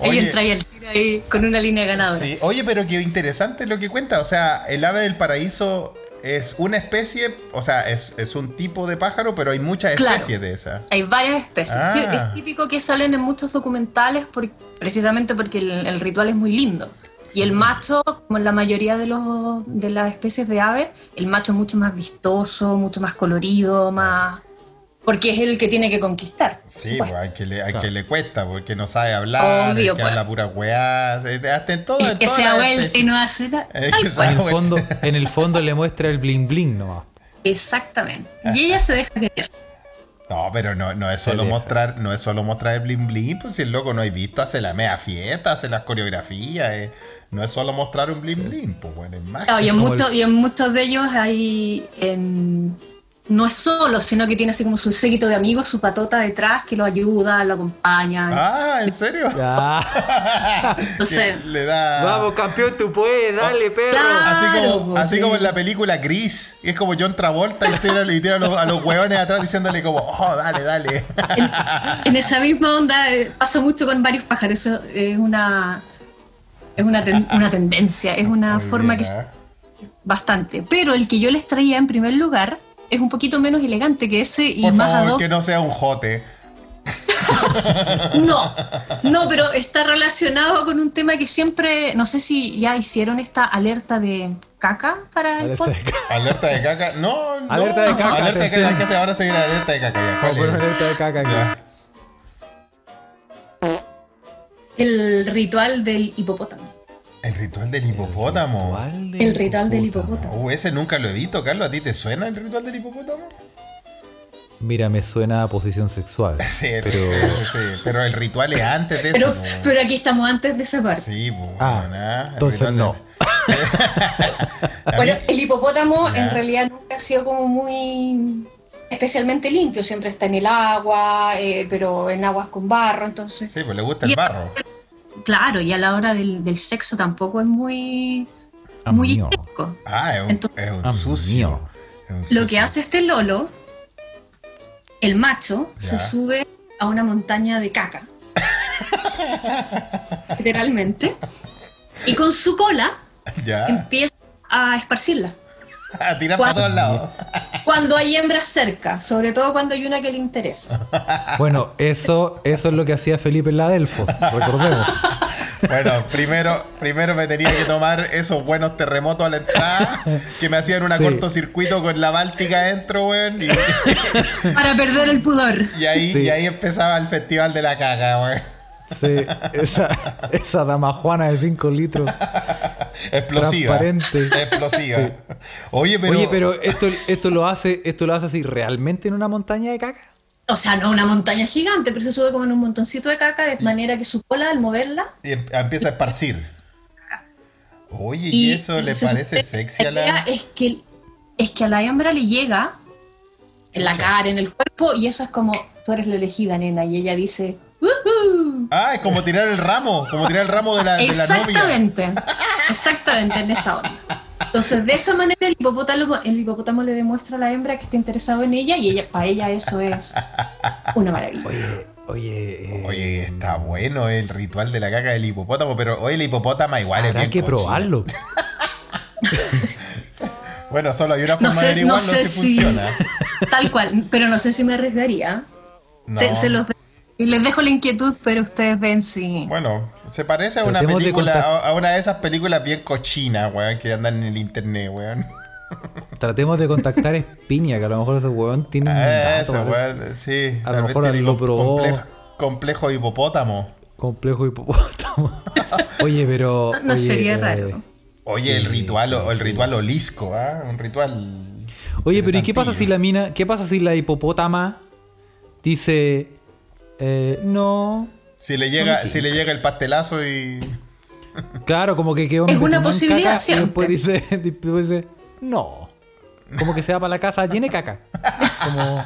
S3: Ahí
S1: Oye,
S3: entra ahí el tiro ahí con una línea ganadora.
S1: sí. Oye, pero qué interesante lo que cuenta. O sea, el ave del paraíso es una especie, o sea, es, es un tipo de pájaro, pero hay muchas
S3: Claro.
S1: especies de esa.
S3: Hay varias especies.
S1: Ah.
S3: Sí, es típico que salen en muchos documentales por- precisamente porque el, el ritual es muy lindo. Y el macho, como en la mayoría de, los, de las especies de aves, el macho es mucho más vistoso, mucho más colorido, más... Porque es el que tiene que conquistar. por
S1: Sí,
S3: supuesto.
S1: pues, al, que le, al
S2: Claro.
S1: que le cuesta, porque no sabe hablar,
S3: Obvio,
S1: el que
S3: pues.
S1: habla pura weá, eh, hasta en todo.
S3: Es
S1: en
S3: que
S1: todas
S3: se
S1: las
S3: ha vuelto
S1: especies.
S3: y no hace nada.
S1: Es que
S3: Tal
S1: se
S3: cual.
S1: ha
S2: En el
S1: vuelto.
S2: fondo, en el fondo le muestra el bling bling nomás.
S3: Exactamente. Y ella se deja querer.
S1: No, pero no, no es solo
S2: Te deja.
S1: mostrar, no es solo mostrar el bling bling, pues si el loco no hay visto, hace la media fiesta, hace las coreografías, eh. no es solo mostrar un bling bling, pues bueno, es más.
S3: Claro, y, en
S2: Como el-
S3: muchos, y en muchos de ellos hay. en- no es solo, sino que tiene así como su séquito de amigos, su patota detrás que lo ayuda, lo acompaña.
S1: Ah, ¿en serio? Ah.
S2: Ya.
S3: Entonces,
S1: Que le da.
S2: campeón, tú puedes, dale, perro.
S3: Claro.
S1: Así, como,
S3: pues,
S1: así
S3: sí.
S1: como en la película Gris, es como John Travolta y tira, y tira a, los, a los hueones atrás diciéndole como, oh, dale, dale.
S3: en, en esa misma onda eh, pasa mucho con varios pájaros. Eso es una. Es una, ten- una tendencia, es una
S1: Muy
S3: forma
S1: bien,
S3: que
S1: ¿eh?
S3: bastante. Pero el que yo les traía en primer lugar es un poquito menos elegante que ese y
S1: Por
S3: más ad
S1: favor,
S3: hoc
S1: que no sea un jote.
S3: No, no, pero está relacionado con un tema que siempre, no sé si ya hicieron esta alerta de caca para el
S2: Alerta de
S3: podcast.
S2: caca.
S1: Alerta de caca. No, no.
S2: Alerta de caca,
S1: Alerta de caca.
S2: atención.
S1: hay que hacer- Ahora seguir alerta de caca. Ya. ¿Cuál
S2: Vamos a poner
S1: es?
S2: alerta de caca aquí.
S1: Ya.
S3: El ritual del hipopótamo.
S1: El ritual del hipopótamo.
S3: El ritual del hipopótamo.
S1: Uh, ese nunca lo he visto, Carlos. ¿A ti te suena el ritual del hipopótamo?
S2: Mira, me suena a posición sexual.
S1: Sí,
S2: Pero.
S1: sí, pero el ritual es antes de
S3: Pero,
S1: eso. po.
S3: pero aquí estamos antes de esa parte.
S1: Sí, pues.
S2: Ah, entonces no.
S3: Bueno, el hipopótamo
S1: Ya.
S3: en realidad nunca ha sido como muy especialmente limpio, siempre está en el agua, eh, pero en aguas con barro, entonces
S1: Sí, pues le gusta el
S3: Y-
S1: barro.
S3: Claro, y a la hora del, del sexo tampoco es muy,
S2: Ah,
S3: muy
S2: mío.
S3: higiénico.
S1: Ah, es un,
S3: Entonces-
S1: es un
S2: Ah,
S1: sucio.
S2: mío.
S1: Es un
S3: Lo
S1: sucio.
S3: que hace este Lolo, el macho,
S1: Ya.
S3: se sube a una montaña de caca. literalmente. Y con su cola
S1: Ya.
S3: empieza a esparcirla.
S1: A tirar para todos lados.
S3: Cuando hay hembras cerca, sobre todo cuando hay una que le interesa.
S2: Bueno, eso, eso es lo que hacía Felipe en la Delfos, recordemos.
S1: Bueno, primero, primero me tenía que tomar esos buenos terremotos a la entrada que me hacían un
S2: Sí.
S1: cortocircuito con la Báltica adentro, weón. Y,
S3: Para perder el pudor.
S1: y ahí,
S2: Sí.
S1: y ahí empezaba el festival de la caca, weón.
S2: Sí, esa, esa dama Juana de 5 litros.
S1: Explosiva.
S2: Transparente.
S1: Explosiva. Oye, pero.
S2: Oye, pero esto, esto lo hace, esto lo hace así realmente en una montaña de caca.
S3: O sea, no una montaña gigante, pero se sube como en un montoncito de caca, de manera que su cola al moverla.
S1: Y em- empieza a esparcir. Oye, ¿y, eso le
S3: se
S1: parece
S3: supone-
S1: sexy a
S3: idea
S1: la.?
S3: Es que, es que a la hembra le llega en la cara, en el cuerpo, y eso es como, tú eres la elegida, nena, y ella dice, "Uh, "Woohoo".
S1: Ah, es como tirar el ramo, como tirar el ramo Ah, de la, de la novia.
S3: Exactamente, exactamente, en esa onda. Entonces, de esa manera el hipopótamo, el hipopótamo le demuestra a la hembra que está interesado en ella, y ella para ella eso es una maravilla.
S2: Oye, oye. eh,
S1: Oye, está bueno el ritual de la caca del hipopótamo, pero oye, el hipopótama igual es
S2: habrá
S1: bien
S2: que
S1: cochino.
S2: probarlo.
S1: Bueno, solo hay una forma
S3: No
S1: de
S3: sé,
S1: averiguarlo
S3: no sé
S1: si,
S3: si.
S1: funciona.
S3: Tal cual, pero no sé si me arriesgaría.
S1: No.
S3: Se, se los de- les dejo la inquietud, pero ustedes ven si.
S1: Bueno, se parece a una
S2: Tratemos de
S1: película,
S2: contar-
S1: a a una de esas películas bien cochinas, weón, que andan en el internet, weón.
S2: Tratemos de contactar a Espiña, que a lo mejor ese huevón tiene un
S1: Ah, Eso,
S2: dato, Mm, parece.
S1: weón, sí.
S2: A
S1: tal
S2: lo
S1: vez
S2: mejor
S1: tiene
S2: lo
S1: com-
S2: probó.
S1: Complejo, complejo hipopótamo.
S2: complejo hipopótamo. oye, pero.
S3: No, no
S2: oye,
S3: sería
S2: eh,
S3: raro.
S1: Oye, el ritual, o el ritual olisco, ¿ah? Un ritual.
S2: Oye, pero ¿y qué pasa si
S1: interesantillo.
S2: la mina, qué pasa si la hipopótama dice, eh, no,
S1: Si le
S2: no
S1: llega,
S2: me
S1: si le llega el pastelazo y.
S2: claro, como que quedó
S3: Es una
S2: embetunado en
S3: posibilidad
S2: caca, y
S3: siempre.
S2: después dice, después dice, no, como que se va para la casa llena de caca, como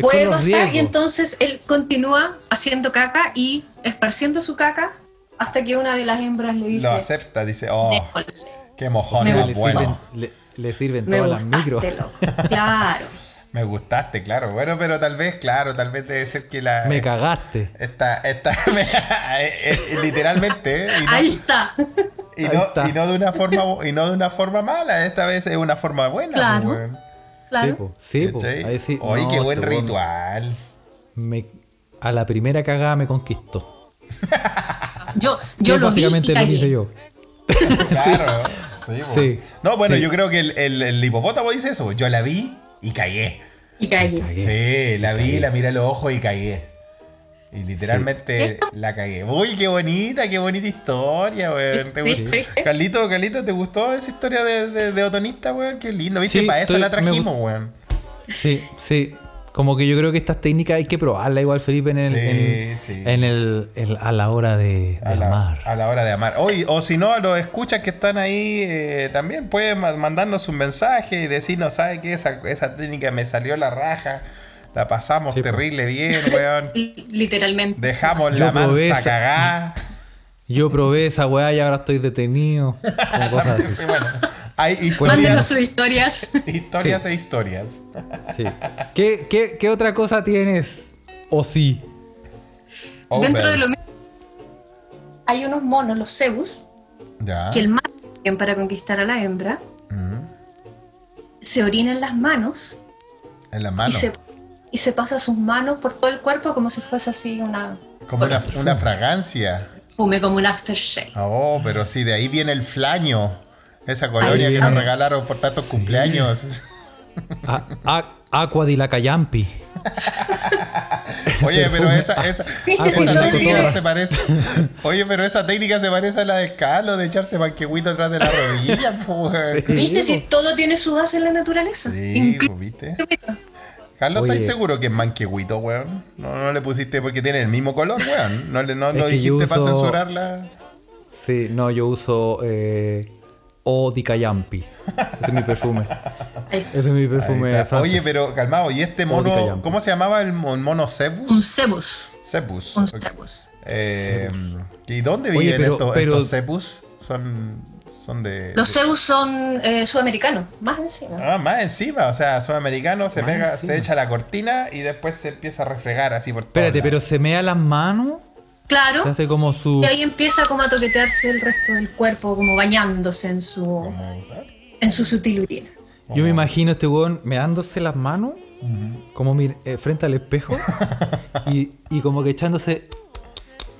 S3: Puede
S2: son los
S3: pasar, y
S2: riesgos.
S3: entonces él continúa haciendo caca y esparciendo su caca hasta que una de las hembras le dice:
S1: Lo acepta, dice, oh,
S3: "Déjole,
S1: qué mojón
S3: Me
S1: más
S2: le,
S1: bueno.
S2: sirven, le- le sirven
S3: Me
S2: todas las micros.
S3: gustaste, loco". Claro.
S1: Me gustaste, claro. Bueno, pero tal vez, claro, tal vez debe ser que la.
S2: Me cagaste.
S1: Esta, esta, eh, eh, literalmente, eh, y no,
S3: Ahí está.
S1: y
S2: ahí
S1: no-
S2: está.
S1: y no de una forma bu- y no de una forma mala, esta vez es una forma buena.
S3: Claro.
S1: pues, weón.
S2: Sí,
S3: Claro.
S2: po, sí, po.
S1: ¿Cachai?
S2: A decir,
S1: Oye, qué
S2: "No,
S1: buen
S2: este huevón
S1: ritual.
S2: me- a la primera cagada me conquistó.
S3: Yo, yo
S2: Que
S3: lo vi.
S2: básicamente
S3: y
S2: lo que
S3: cagué.
S2: hice yo.
S1: Claro. Sí, pues.
S2: Sí.
S1: No, bueno,
S2: Sí.
S1: yo creo que el, el- el hipopótamo dice eso. Yo la vi y caí.
S3: Y cagué.
S2: Cagué.
S1: Sí, la vi,
S2: cagué.
S1: la miré a los ojos y caí. Y literalmente la cagué. Uy, qué bonita, qué bonita historia, weón. ¿Te
S3: ¿Viste?
S1: gustó?
S3: ¿Viste?
S1: Carlito, Carlito, ¿te gustó esa historia de, de, de Otonista, weón? Qué lindo, ¿viste?
S2: Sí,
S1: Para eso
S2: estoy-
S1: la
S2: me gu-
S1: trajimos, weón.
S2: Sí, sí. Como que yo creo que estas técnicas hay que probarlas igual, Felipe, en el,
S1: Sí,
S2: en,
S1: sí.
S2: en el, el- a la hora de,
S1: A
S2: del
S1: la,
S2: mar.
S1: a la hora de amar. Oye, o si no, a los escuchas que están ahí eh, también pueden ma- mandarnos un mensaje y decirnos, ¿sabe qué? Esa, esa técnica me salió la raja. La pasamos
S2: Sí, po.
S1: terrible bien, weón.
S3: Li- Literalmente.
S1: Dejamos
S2: Yo
S1: la
S2: probé
S1: mansa
S2: esa-
S1: cagada.
S2: Yo probé esa weá y ahora estoy detenido. Como cosas así.
S1: Sí, bueno, hay
S3: Mándenos
S1: historias,
S3: sus historias.
S1: historias e historias.
S2: Sí. ¿Qué, qué, qué otra cosa tienes? O sí.
S1: Over.
S3: Dentro de lo mismo hay unos monos, los Zeus,
S1: Ya.
S3: que el mar para conquistar a la hembra.
S1: Mm.
S3: Se orina en las manos
S1: En la
S3: y
S1: mano.
S3: se, y se pasa sus manos por todo el cuerpo como si fuese así una
S1: Como una, una fragancia.
S3: fume, como un aftershave.
S1: Oh, pero sí, de ahí viene el flaño. Esa colonia que
S2: viene.
S1: nos regalaron por tantos cumpleaños.
S2: A, a- Aqua di la Cayampi.
S1: Oye, pero
S2: Perfume.
S1: esa, esa,
S3: Viste,
S1: esa
S3: si todo
S1: técnica
S3: tiene-
S1: se parece. Oye, pero esa técnica se parece a la del calo de echarse banquehuito atrás de la rodilla, po, weón.
S2: Sí,
S3: ¿Viste?
S2: po.
S3: Si todo tiene su base en la naturaleza.
S1: Sí,
S3: Inclu-
S1: po, ¿viste? Carlos,
S2: Oye.
S1: ¿estás seguro que es manquehuito, weón? No, no le pusiste porque tiene el mismo color, weón. No, le- no,
S2: Es
S1: no
S2: que yo
S1: dijiste para
S2: uso-
S1: censurarla.
S2: Sí, no, yo uso eh, O di Cayampi. Ese es mi perfume.
S3: Ahí
S2: Ese es mi perfume.
S1: Ahí está.
S2: francés.
S1: Oye, pero calmado, ¿y este
S2: Mónica
S1: mono,
S2: Yampa.
S1: cómo se llamaba el mon- mono Cebus?
S3: Un Zeus.
S1: Cebus.
S3: Un
S1: ok.
S3: Zeus.
S1: Eh, ¿Y dónde
S2: Oye,
S1: viven
S2: pero-
S1: estos,
S2: pero-
S1: estos Cebus? Son, son de,
S3: Los
S1: de-
S3: Zeus son eh, sudamericanos, más encima.
S1: Ah, más encima, o sea, sudamericano se
S2: Más
S1: pega,
S2: encima.
S1: se echa la cortina y después se empieza a refregar así por todo.
S2: Espérate, pero se mea las manos.
S1: Ah.
S3: Claro.
S2: Se hace como su.
S3: Y ahí empieza como a toquetearse el resto del cuerpo, como bañándose en su, en su sutil urina.
S2: Yo me imagino este weón meándose las manos, como mir- eh, frente al espejo, y, y como que echándose,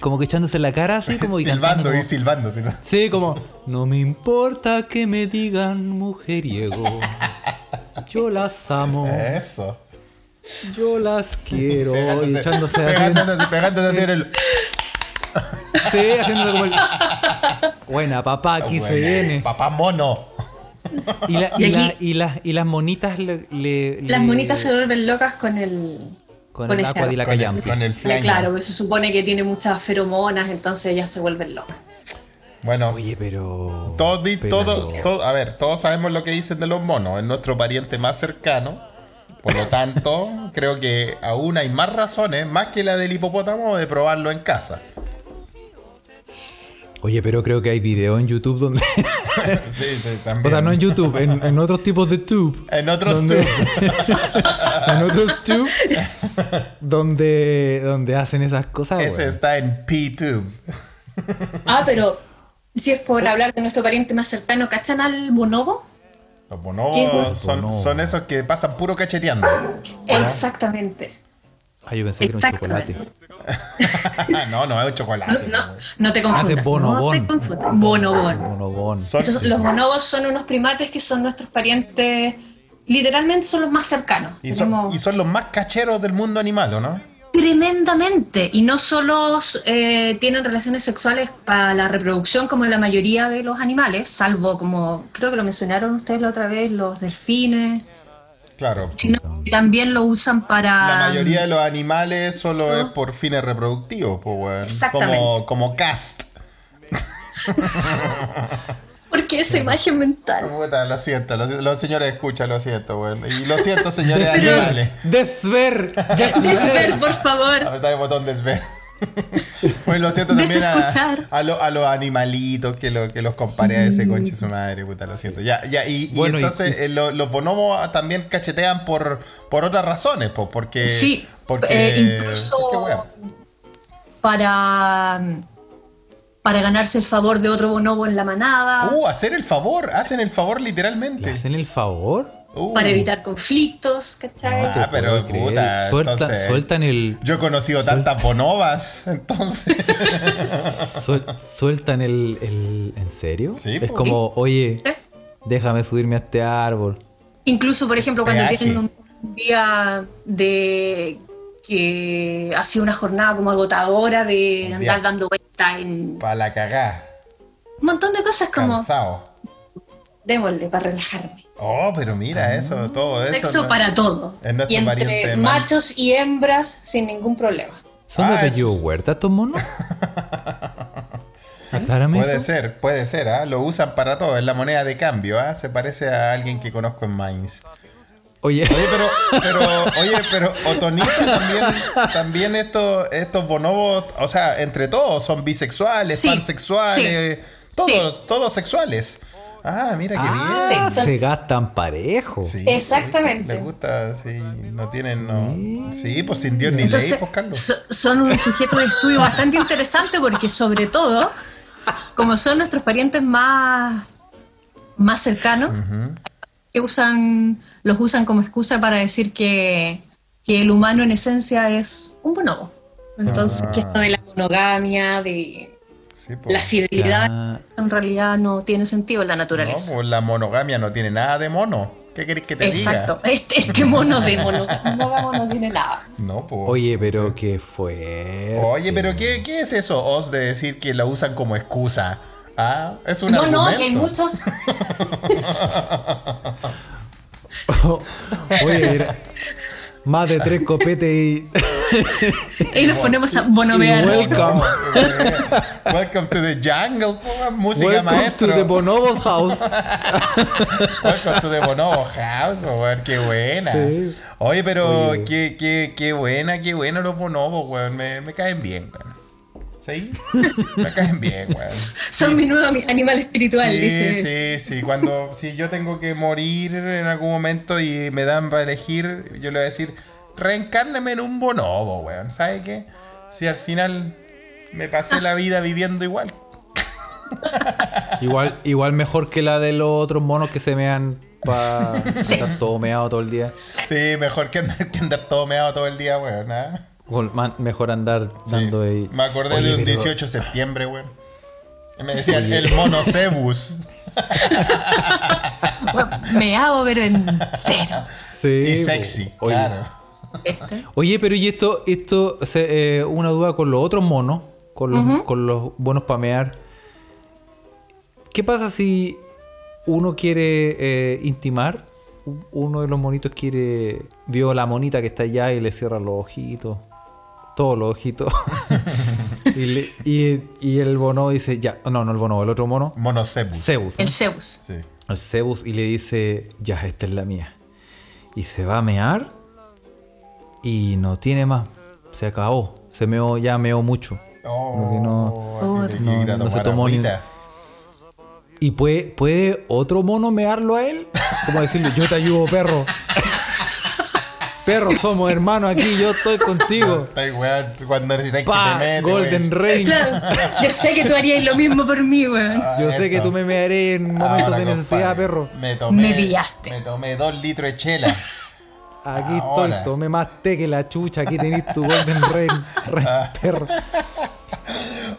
S2: como que echándose la cara así, como y
S1: silbando
S2: cantando como-
S1: y silbando, silbando.
S2: Sí, como, no me importa que me digan mujeriego, yo las amo,
S1: Eso.
S2: yo las quiero, y
S1: Pegándose,
S2: echándose así,
S1: pegándose, así- pegándose así en el.
S2: sí, haciéndose como el, buena papá, aquí se
S1: Bueno,
S2: viene.
S1: Papá mono.
S2: Y, la-
S3: Y
S2: y la-
S3: aquí-
S2: y las- y las monitas le, le-
S3: Las
S2: le-
S3: monitas se vuelven locas con el,
S2: Con,
S3: Con
S2: el
S3: ese
S2: agua de la
S3: arroz.
S2: callampa.
S1: Con el
S3: Ya,
S1: flan.
S3: claro, que se supone que tiene muchas feromonas, entonces ya se vuelven locas.
S1: Bueno,
S2: Oye, pero.
S1: todos, di-
S2: pero-
S1: todos- todos- a ver, todos sabemos lo que dicen de los monos. Es nuestro pariente más cercano. Por lo tanto, creo que aún hay más razones, más que la del hipopótamo, de probarlo en casa.
S2: Oye, pero creo que hay video en YouTube donde.
S1: Sí, sí,
S2: o
S1: también.
S2: sea, no en YouTube, en, en otros tipos de tube.
S1: En otros
S2: donde-
S1: tubes.
S2: en otros tube. Donde, donde hacen esas cosas.
S1: Ese
S2: weón.
S1: está en P-Tube.
S3: Ah, pero si es por hablar de nuestro pariente más cercano, ¿cachan al bonobo?
S1: Los
S3: ¿Qué, güey?
S1: bonobos son, son esos que pasan puro cacheteando. Ah.
S3: Exactamente.
S2: Ah, yo pensé que era un
S3: Exactamente.
S2: chocolate.
S1: no, no, es un
S3: No,
S1: chocolate.
S3: no, no te
S1: Ah,
S3: confundas.
S2: Hace bonobón.
S3: No te confundas. Bonobón.
S2: Monobón.
S1: Son-
S3: Entonces, los bonobos son unos primates que son nuestros parientes, literalmente son los más cercanos.
S1: y, son,
S3: Tenemos-
S1: y son los más cacheros del mundo animal, ¿o no?
S3: Tremendamente. Y no solo eh, tienen relaciones sexuales para la reproducción como la mayoría de los animales, salvo como creo que lo mencionaron ustedes la otra vez, los delfines,
S1: Claro.
S3: sino que también lo usan para...
S1: La mayoría de los animales solo es por fines reproductivos, pues, weón.
S3: Exactamente.
S1: Como, como cast.
S3: Porque esa imagen mental.
S1: Puta, lo siento, lo siento. los señores escuchan, lo siento, weón. Y lo siento, señores animales.
S2: Desver. Desver.
S3: Desver,
S2: Desver.
S3: por favor.
S1: Apretar el botón desver. Pues lo siento también a,
S3: Desescuchar.
S1: a, lo- a los animalitos que, lo, que los compare a ese conche su madre, puta, lo siento. Ya, ya, y, y
S2: Bueno, y-
S1: entonces eh, lo- los bonobos también cachetean por, por otras razones, pues, porque...
S3: Sí,
S1: porque,
S3: eh, incluso-
S1: porque, weón.
S3: Para, para ganarse el favor de otro bonobo en la manada,
S1: Uh, hacer el favor, hacen el favor
S2: ¿Le
S1: literalmente.
S2: hacen el favor?
S1: Uh.
S3: para evitar conflictos, ¿cachai?
S1: Ah,
S2: te
S1: pero
S2: puedo creer.
S1: puta,
S2: Suelta-
S1: entonces-
S2: Sueltan el.
S1: Yo he conocido tantas bonobas, entonces.
S2: Suel- sueltan el, el- ¿En serio?
S1: Sí,
S2: es
S1: pues.
S2: como, oye,
S3: ¿Eh?
S2: déjame subirme a este árbol.
S3: Incluso, por ejemplo, cuando
S1: Peaje.
S3: tienen un día de que ha sido una jornada como agotadora de
S1: Un
S3: andar
S1: día.
S3: dando vueltas en
S1: Para la cagá,
S3: un montón de cosas como
S1: cansado.
S3: démosle para relajarme.
S1: Oh, pero
S2: Ah.
S1: mira eso, todo eso.
S3: Sexo
S1: ¿no?
S3: para todo.
S1: Es nuestro
S3: Y entre
S1: pariente más-
S3: machos y hembras sin ningún problema.
S2: ¿Son de
S1: Ah,
S2: apellido
S1: es-
S2: Huerta estos monos? Aclárame
S1: Puede
S2: eso.
S1: ser, puede ser, ¿ah? lo usan para todo, es la moneda de cambio, ¿ah? se parece a alguien que conozco en Mainz.
S2: Oye,
S1: Oye, pero, pero, oye, pero Otonita también, también estos, estos bonobos, o sea, entre todos son bisexuales,
S3: Sí,
S1: pansexuales, todos,
S3: sí.
S1: todos sexuales. Ah, mira qué bien.
S2: ah,
S3: Sí, son-
S2: se gastan parejo.
S1: Sí,
S3: Exactamente.
S1: Les gusta, sí, no tienen, no. Sí, pues sin Dios ni
S3: Entonces,
S1: ley, pues Carlos.
S3: so- son un sujeto de estudio bastante interesante porque sobre todo, como son nuestros parientes más, más cercanos, que usan, los usan como excusa para decir que, que el humano en esencia es un bonobo. Entonces,
S1: Ah.
S3: que esto de la monogamia, de
S1: Sí, pues.
S3: la fidelidad,
S2: Claro.
S3: en realidad no tiene sentido en la
S1: No,
S3: naturaleza.
S1: pues la monogamia no tiene nada de mono. ¿Qué querés que te
S3: Exacto,
S1: diga?
S3: este, este mono de monógamo no tiene nada.
S1: No, pues.
S2: Oye, pero qué fue.
S1: Oye, pero ¿qué, qué es eso, Oz, de decir que la usan como excusa? Ah, es un
S3: No,
S1: argumento.
S3: no, que hay muchos,
S2: Oye, era- más de tres copetes y.
S3: y los ponemos a
S2: y
S3: bonobear.
S2: welcome.
S1: eh, Welcome to the jungle, po, música
S2: Welcome to
S1: maestro.
S2: the Bonobos House.
S1: Welcome to the Bonobo House, po, weón, qué buena.
S2: Sí.
S1: Oye, pero Qué, qué, qué buena, qué buena los bonobos, weón. Me, me caen bien, weón. ¿Sí? Me caen bien, weón.
S3: Son mi nuevo animal espiritual, dice.
S1: Sí, sí, sí. Cuando si yo tengo que morir en algún momento y me dan para elegir, yo le voy a decir, reencárneme en un bonobo, weón. ¿Sabe qué? Si al final me pasé la vida viviendo igual.
S2: Igual, igual mejor que la de los otros monos que se mean para estar todo meado todo el día.
S1: Sí, mejor que andar, que andar todo meado todo el día, weón. ¿ah?
S2: Con- man- Mejor andar
S1: Sí.
S2: dando ahí.
S1: Me acordé
S2: Oye,
S1: de un
S2: pero-
S1: 18 de septiembre, weón. Y Me decían el mono Cebus.
S3: Me hago ver entero.
S2: Sí,
S1: y
S2: po.
S1: sexy,
S2: Oye,
S1: claro.
S3: Este.
S2: Oye, pero y esto, esto, se- eh, una duda con los otros monos, con los, con los bonos pamear. ¿Qué pasa si uno quiere eh, intimar u- uno de los monitos quiere. Vio la monita que está allá y le cierra los ojitos. Todos los ojitos. y, le- y- y el bono dice, ya, no, no el bono, el otro mono.
S1: Monocebus.
S2: Zeus. ¿no?
S3: El Zeus.
S1: Sí.
S2: al Zeus y le dice, ya, esta es la mía. Y se va a mear y no tiene más. Se acabó. Se meó, ya meó mucho. Como que no-
S1: Oh, aquí
S2: no-
S1: tiene que ir a
S2: no se
S1: tomar
S2: tomó ni un-
S1: agüita.
S2: ¿Y puede, puede otro mono mearlo a él? Como decirle, yo te ayudo, perro. perro, somos hermanos aquí, yo estoy contigo.
S1: Ay, weón, cuando necesitas que te
S2: Pa,
S1: metes,
S2: Golden
S1: wey.
S2: Reign.
S3: Claro, yo sé que tú harías lo mismo por mí, weón.
S1: Ah,
S2: Yo sé que
S1: eso.
S2: tú me mearé en
S1: Ahora,
S2: momentos de
S1: compadre,
S2: necesidad, perro.
S1: Me tomé.
S3: Me pillaste.
S1: Me tomé dos litros de chela.
S2: Aquí
S1: Ahora.
S2: estoy, tomé más té que la chucha, aquí tenés tu Golden Rain, Rain, perro.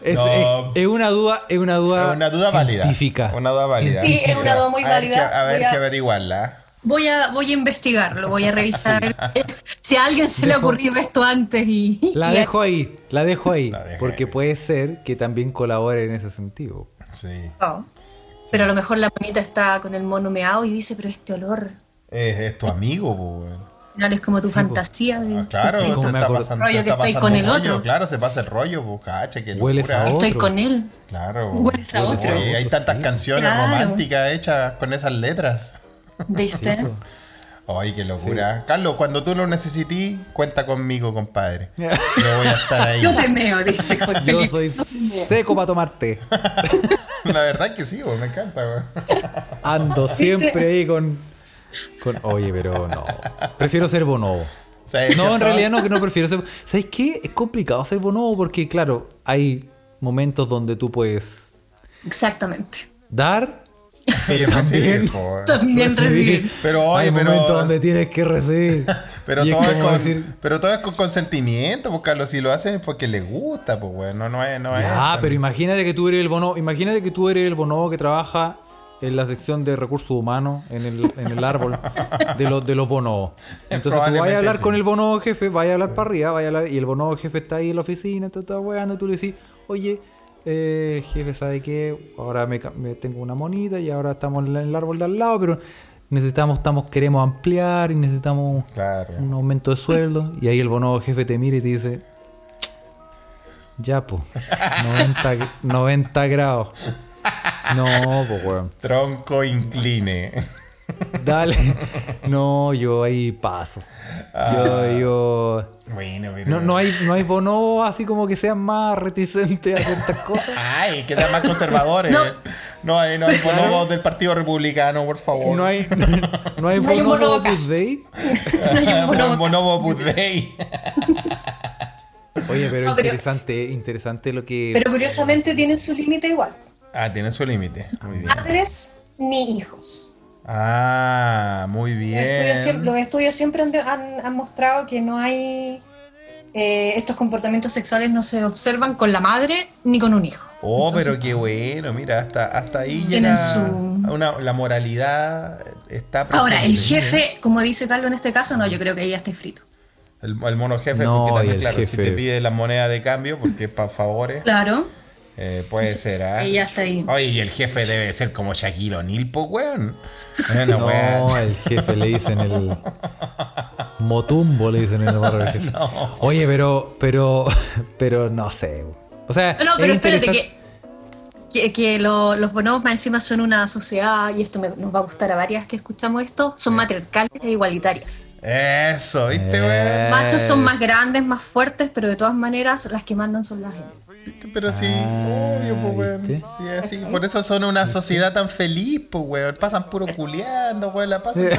S2: Es,
S1: Ah. No.
S2: es- es una duda, es una duda,
S1: Es una duda válida.
S2: científica.
S1: Una duda válida.
S3: Sí, es una duda muy
S1: A ver que-
S3: válida.
S1: A ver
S3: Voy
S1: que
S3: a-
S1: averiguarla.
S3: Voy a, voy a investigarlo, voy a revisar a ver si a alguien se le ha
S2: Dejo-
S3: ocurrido esto antes y.
S2: La
S3: y-
S2: dejo ahí, la dejo ahí,
S1: La dejo
S2: porque
S1: ahí.
S2: puede ser que también colabore en ese sentido.
S1: Sí.
S3: Oh. Pero a lo mejor la monita está con el mono meado y dice, pero este olor.
S1: Es, es tu amigo, po, weón.
S3: Al final es como tu
S2: Sí, po.
S3: fantasía. de-
S1: Ah, claro,
S2: Sí,
S1: se
S2: como me
S1: está
S2: acuerdo.
S1: pasando,
S3: Rollo
S1: se
S3: que
S1: está
S3: estoy
S1: pasando
S3: con
S1: el
S3: el
S1: rollo.
S3: otro.
S1: Claro, se pasa el rollo, po, cacha, que
S2: Hueles a
S1: locura.
S2: otro.
S3: Estoy con él.
S1: Claro.
S3: Hueles a
S1: Oye,
S3: otro.
S1: hay tantas
S2: Sí.
S1: canciones
S3: Claro.
S1: románticas hechas con esas letras.
S3: ¿Viste?
S1: pues. Ay, qué locura. Carlos, cuando tú lo necesití, cuenta conmigo, compadre. Yo voy a estar ahí.
S3: Yo te meo, dice Juan
S2: Yo
S3: Felipe.
S2: soy seco para tomar té.
S1: La verdad es que sí, weón, me encanta, weón.
S2: Ando siempre ahí con, con... Oye, pero no. Prefiero ser bonobo.
S1: O sea, eso
S2: No, en
S1: todo-
S2: realidad no, que no prefiero ser. ¿Sabes qué? Es complicado ser bonobo porque, claro, hay momentos donde tú puedes
S3: Exactamente.
S2: dar,
S1: Sí, es recibir, po, weón.
S3: También recibí.
S1: Pero, oye,
S2: hay
S1: pero-
S2: momentos donde tienes que recibir.
S1: Pero
S2: Y
S1: todo, es
S2: como
S1: con,
S2: decir,
S1: pero todo es con consentimiento, pues Carlos, si lo hacen es porque le gusta, pues weón. No, no es, no es.
S2: Ah,
S1: tan-
S2: pero imagínate que tú eres el bonobo. Imagínate que tú eres el bonobo que trabaja en la sección de recursos humanos, en el, en el árbol de, los de los bonobos. Entonces tú vas
S1: Probablemente
S2: a hablar
S1: sí.
S2: con el bonobo jefe, vas a hablar para arriba, vas a hablar, y el bonobo jefe está ahí en la oficina, está, está weando, y tú le decís, oye, eh, jefe, ¿sabe qué? Ahora me, ca- me tengo una monita y ahora estamos en la- en el árbol de al lado, pero necesitamos, estamos, queremos ampliar y necesitamos
S1: Claro.
S2: un aumento de sueldo y ahí el bonobo jefe te mira y te dice ya po 90, gr- 90 grados no po weón
S1: Tronco incline.
S2: dale no yo ahí paso yo yo
S1: Bueno, pero.
S2: no, no hay no hay bonobo así como que sean más reticentes a ciertas cosas
S1: Ay, que sean más conservadores. no.
S3: No.
S1: hay, no hay bonobos del Partido Republicano, por favor.
S2: no hay no, hay
S3: No hay un
S2: bonobo
S3: bonobo
S2: Opus
S3: cast.
S2: Dei.
S3: No hay
S1: Bonobo,
S3: un bono-
S1: bonobo Bud Bay.
S2: oye pero
S3: No, pero-
S2: interesante interesante lo que
S3: Pero curiosamente tienen su límite igual.
S1: Ah, tiene su límite. Muy bien.
S3: Padres ni hijos.
S1: Ah, muy
S3: Los estudios siempre,
S1: bien.
S3: los estudios siempre han, han- han mostrado que no hay. eh, estos comportamientos sexuales no se observan con la madre ni con un hijo.
S1: Oh,
S3: Entonces,
S1: pero qué bueno, mira, hasta, hasta ahí
S3: Tienen
S1: llega
S3: su-
S1: una, la moralidad está presente.
S3: Ahora, el jefe, como dice Carlos en este caso, no, yo creo que ahí ya está frito.
S1: El, el mono jefe,
S2: No,
S1: porque
S2: y
S1: también,
S2: el
S1: claro, si
S2: jefe.
S1: te pide la moneda de cambio, porque es para favores,
S3: Claro.
S1: eh, puede ser, ¿ah?
S3: ahí ya está ahí.
S1: Oye, y el jefe debe ser como Shaquille O'Neal, po, weón. Eh, no,
S2: No,
S1: weón.
S2: el jefe le dicen el. Motumbo le dicen en el barrio del jefe. Oye, pero, pero, pero no sé. O sea,
S3: No, no, pero
S2: es
S3: espérate
S2: interesante-
S3: que. Que, que lo- los bonobos más encima son una sociedad, y esto me- nos va a gustar a varias que escuchamos esto, son matriarcales e igualitarias.
S1: Eso, ¿viste, weón?
S2: Eh.
S3: Machos son más
S2: Es-
S3: grandes, más fuertes, pero de todas maneras las que mandan son las hembras.
S1: ¿Viste? Pero sí,
S2: Ah,
S1: obvio, po, weón.
S2: ¿viste?
S1: Sí, así. Por eso son una sociedad tan feliz, po, weón. Pasan puro culeando, weón, la pasan bien.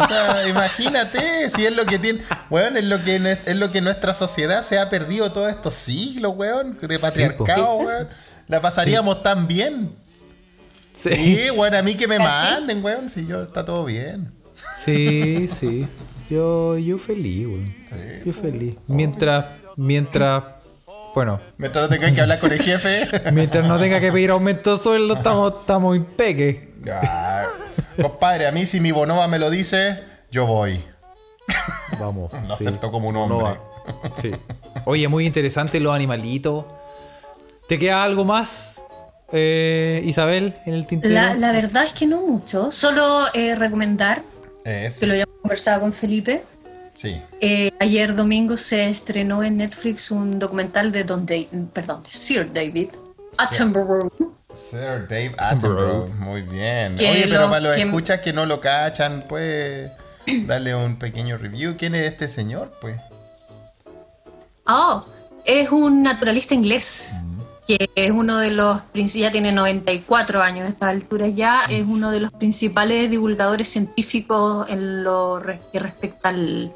S1: O sea, imagínate, si es lo que tiene, weón, es lo que, nue- es lo que nuestra sociedad se ha perdido todos estos siglos, weón,
S2: pues.
S1: de patriarcado, weón. La pasaríamos tan bien.
S2: Sí,
S1: Sí, weón, a mí que me
S3: ¿Cachai?
S1: manden, weón, si yo está todo bien.
S2: sí, sí. Yo, yo feliz, güey. Yo feliz. Mientras, mientras, bueno,
S1: Mientras no tengas que hablar con el jefe.
S2: mientras no tenga que pedir aumento de sueldo, estamos, estamos impeque.
S1: Ah, compadre, a mí si mi bonoba me lo dice, yo voy.
S2: Vamos.
S1: Lo acepto como un hombre.
S2: va. Sí. Oye, muy interesante los animalitos. ¿Te queda algo más, eh, Isabel, en el tintero?
S3: La, la verdad es que no mucho, solo eh, recomendar que
S1: Eso.
S3: lo habíamos conversado con Felipe.
S1: Sí.
S3: Eh, ayer domingo se estrenó en Netflix un documental de Don Da- perdón, de Sir David Attenborough.
S1: Sir Dave
S2: Attenborough.
S1: Attenborough. Muy bien.
S3: Que
S1: Oye, pero
S3: lo-
S1: para los
S3: que-
S1: escuchas que no lo cachan, pues darle un pequeño review. ¿Quién es este señor? Pues
S3: Ah, es un naturalista inglés,
S1: Mm.
S3: que es uno de los, princi- ya tiene 94 años a esta altura ya, es uno de los principales divulgadores científicos en lo re- que respecta al,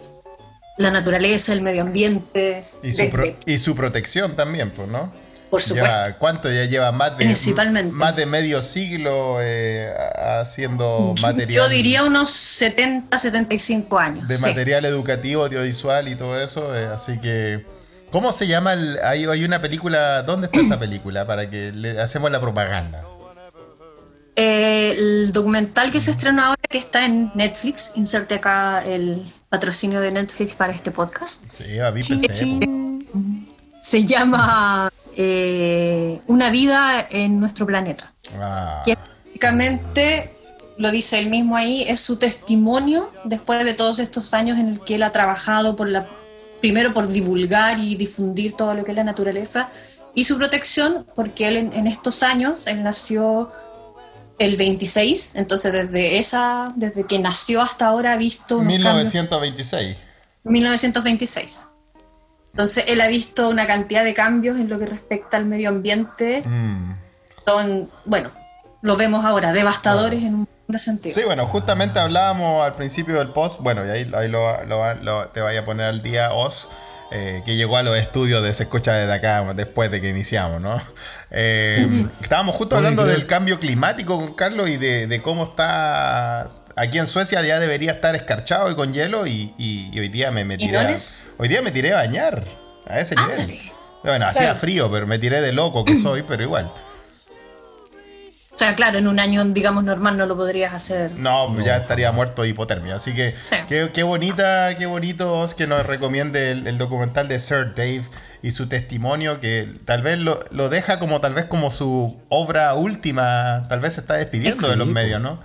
S3: la naturaleza, el medio ambiente,
S1: y su,
S3: desde-
S1: pro- y su protección también, pues, ¿no?
S3: por supuesto.
S1: Lleva, ¿Cuánto? Ya lleva más de,
S3: Principalmente.
S1: más de medio siglo eh, haciendo material.
S3: Yo diría unos 70, 75 años.
S1: de
S3: sí.
S1: material educativo, audiovisual y todo eso. eh, así que, ¿cómo se llama? el- hay, hay una película, ¿dónde está esta película? Para que le hacemos la propaganda.
S3: Eh, el documental
S1: Mm.
S3: que se estrenó ahora, que está en Netflix, inserte acá el patrocinio de Netflix para este podcast,
S1: Sí, a mí
S2: Ching,
S1: pensé, po.
S2: ching.
S3: se llama eh, Una vida en nuestro planeta.
S1: Ah,
S3: Que básicamente, lo dice él mismo ahí, es su testimonio después de todos estos años en el que él ha trabajado por la, primero por divulgar y difundir todo lo que es la naturaleza y su protección, porque él en, en estos años, él nació el 26, entonces desde esa, desde que nació hasta ahora ha visto unos cambios.
S1: 1926.
S3: 1926. Entonces él ha visto una cantidad de cambios en lo que respecta al medio ambiente
S1: Mm.
S3: son, bueno, lo vemos ahora, devastadores en un montón de sentido.
S1: Sí, bueno, justamente hablábamos al principio del post, bueno, y ahí, ahí lo, lo- lo- te vaya a poner al día Oz, eh, que llegó a los estudios de Se Escucha desde acá después de que iniciamos, ¿no? Eh, estábamos justo
S2: Oye,
S1: hablando
S2: creo-
S1: del cambio climático con Carlos y de, de cómo está... Aquí en Suecia ya debería estar escarchado y con hielo y, y- y hoy día me, me
S3: ¿Y
S1: tiré... a-
S3: dones?
S1: hoy día me tiré a bañar, a ese nivel.
S3: Ándale.
S1: Bueno, hacía
S3: Claro.
S1: frío, pero me tiré de loco que soy, pero igual.
S3: O sea, claro, en un año, digamos, normal no lo podrías hacer.
S1: No, pues ya estaría muerto de hipotermia. Así que
S3: Sí.
S1: qué, qué bonita, qué bonito que nos recomiende el, el documental de Sir Dave y su testimonio que tal vez lo, lo deja como tal vez como su obra última. Tal vez se está despidiendo de los
S2: Sí,
S1: medios, ¿no?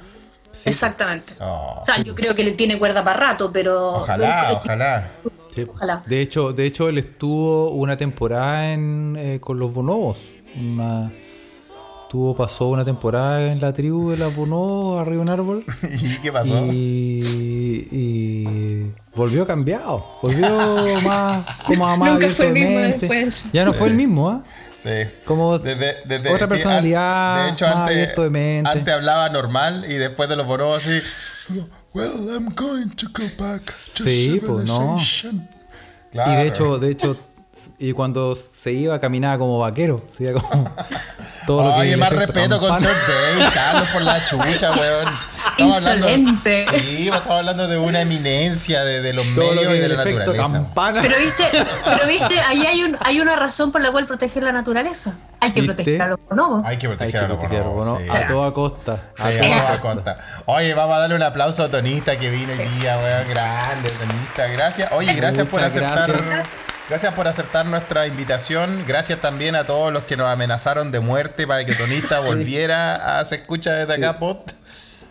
S2: Sí,
S3: Exactamente.
S1: Oh,
S3: O sea, yo creo que le tiene cuerda para rato, pero...
S1: ojalá,
S3: pero-
S1: ojalá.
S2: sí.
S3: Ojalá.
S2: De hecho, de hecho, él estuvo una temporada en, eh, con los bonobos. Una, tuvo, pasó una temporada en la tribu de los bonobos arriba de un árbol.
S1: ¿Y qué pasó?
S2: Y, y volvió cambiado, volvió más como más
S3: Nunca fue el
S2: abierto de
S3: mismo
S2: mente.
S3: después.
S2: Ya no fue el mismo, ¿ah?
S1: Sí.
S2: Como
S1: Desde- desde-
S2: otra
S1: sí,
S2: personalidad,
S1: an- de hecho,
S2: más
S1: antes,
S2: abierto de mente.
S1: antes hablaba normal y después de los bonobos así. Well, I'm going to go back to
S2: Sí, pues, no.
S1: civilization.
S2: Y
S1: Claro.
S2: de hecho, de hecho, y cuando se iba caminaba como vaquero, se iba como todo lo que
S1: Oye,
S2: el
S1: más
S2: efecto
S1: respeto con
S2: campana.
S1: Sir Dave, Carlos, por la chucha, weón. Estamos hablando-
S3: Insolente.
S1: sí, pues, estamos hablando de una eminencia de, de los
S2: todo lo
S1: medios
S2: que
S1: y de
S2: el
S1: la
S2: efecto
S1: naturaleza.
S2: campana.
S3: Pero viste, pero viste, ahí hay, un, hay una razón por la cual proteger la naturaleza. Hay que
S2: ¿Viste?
S3: proteger a los bonobos.
S1: Hay que
S2: Hay que
S1: proteger a los
S2: proteger,
S1: bonobos,
S2: ¿no?
S1: sí.
S2: a toda costa.
S1: Sí,
S2: a
S1: vamos
S2: toda
S1: a contar. Oye, vamos a darle un aplauso a Tonista que vino hoy día, weón. Grande, Tonista. Gracias. Oye, gracias por
S2: Muchas
S1: aceptar. Gracias.
S2: gracias.
S1: por aceptar nuestra invitación. Gracias también a todos los que nos amenazaron de muerte para que Tonista volviera a se escucha desde acá, pot.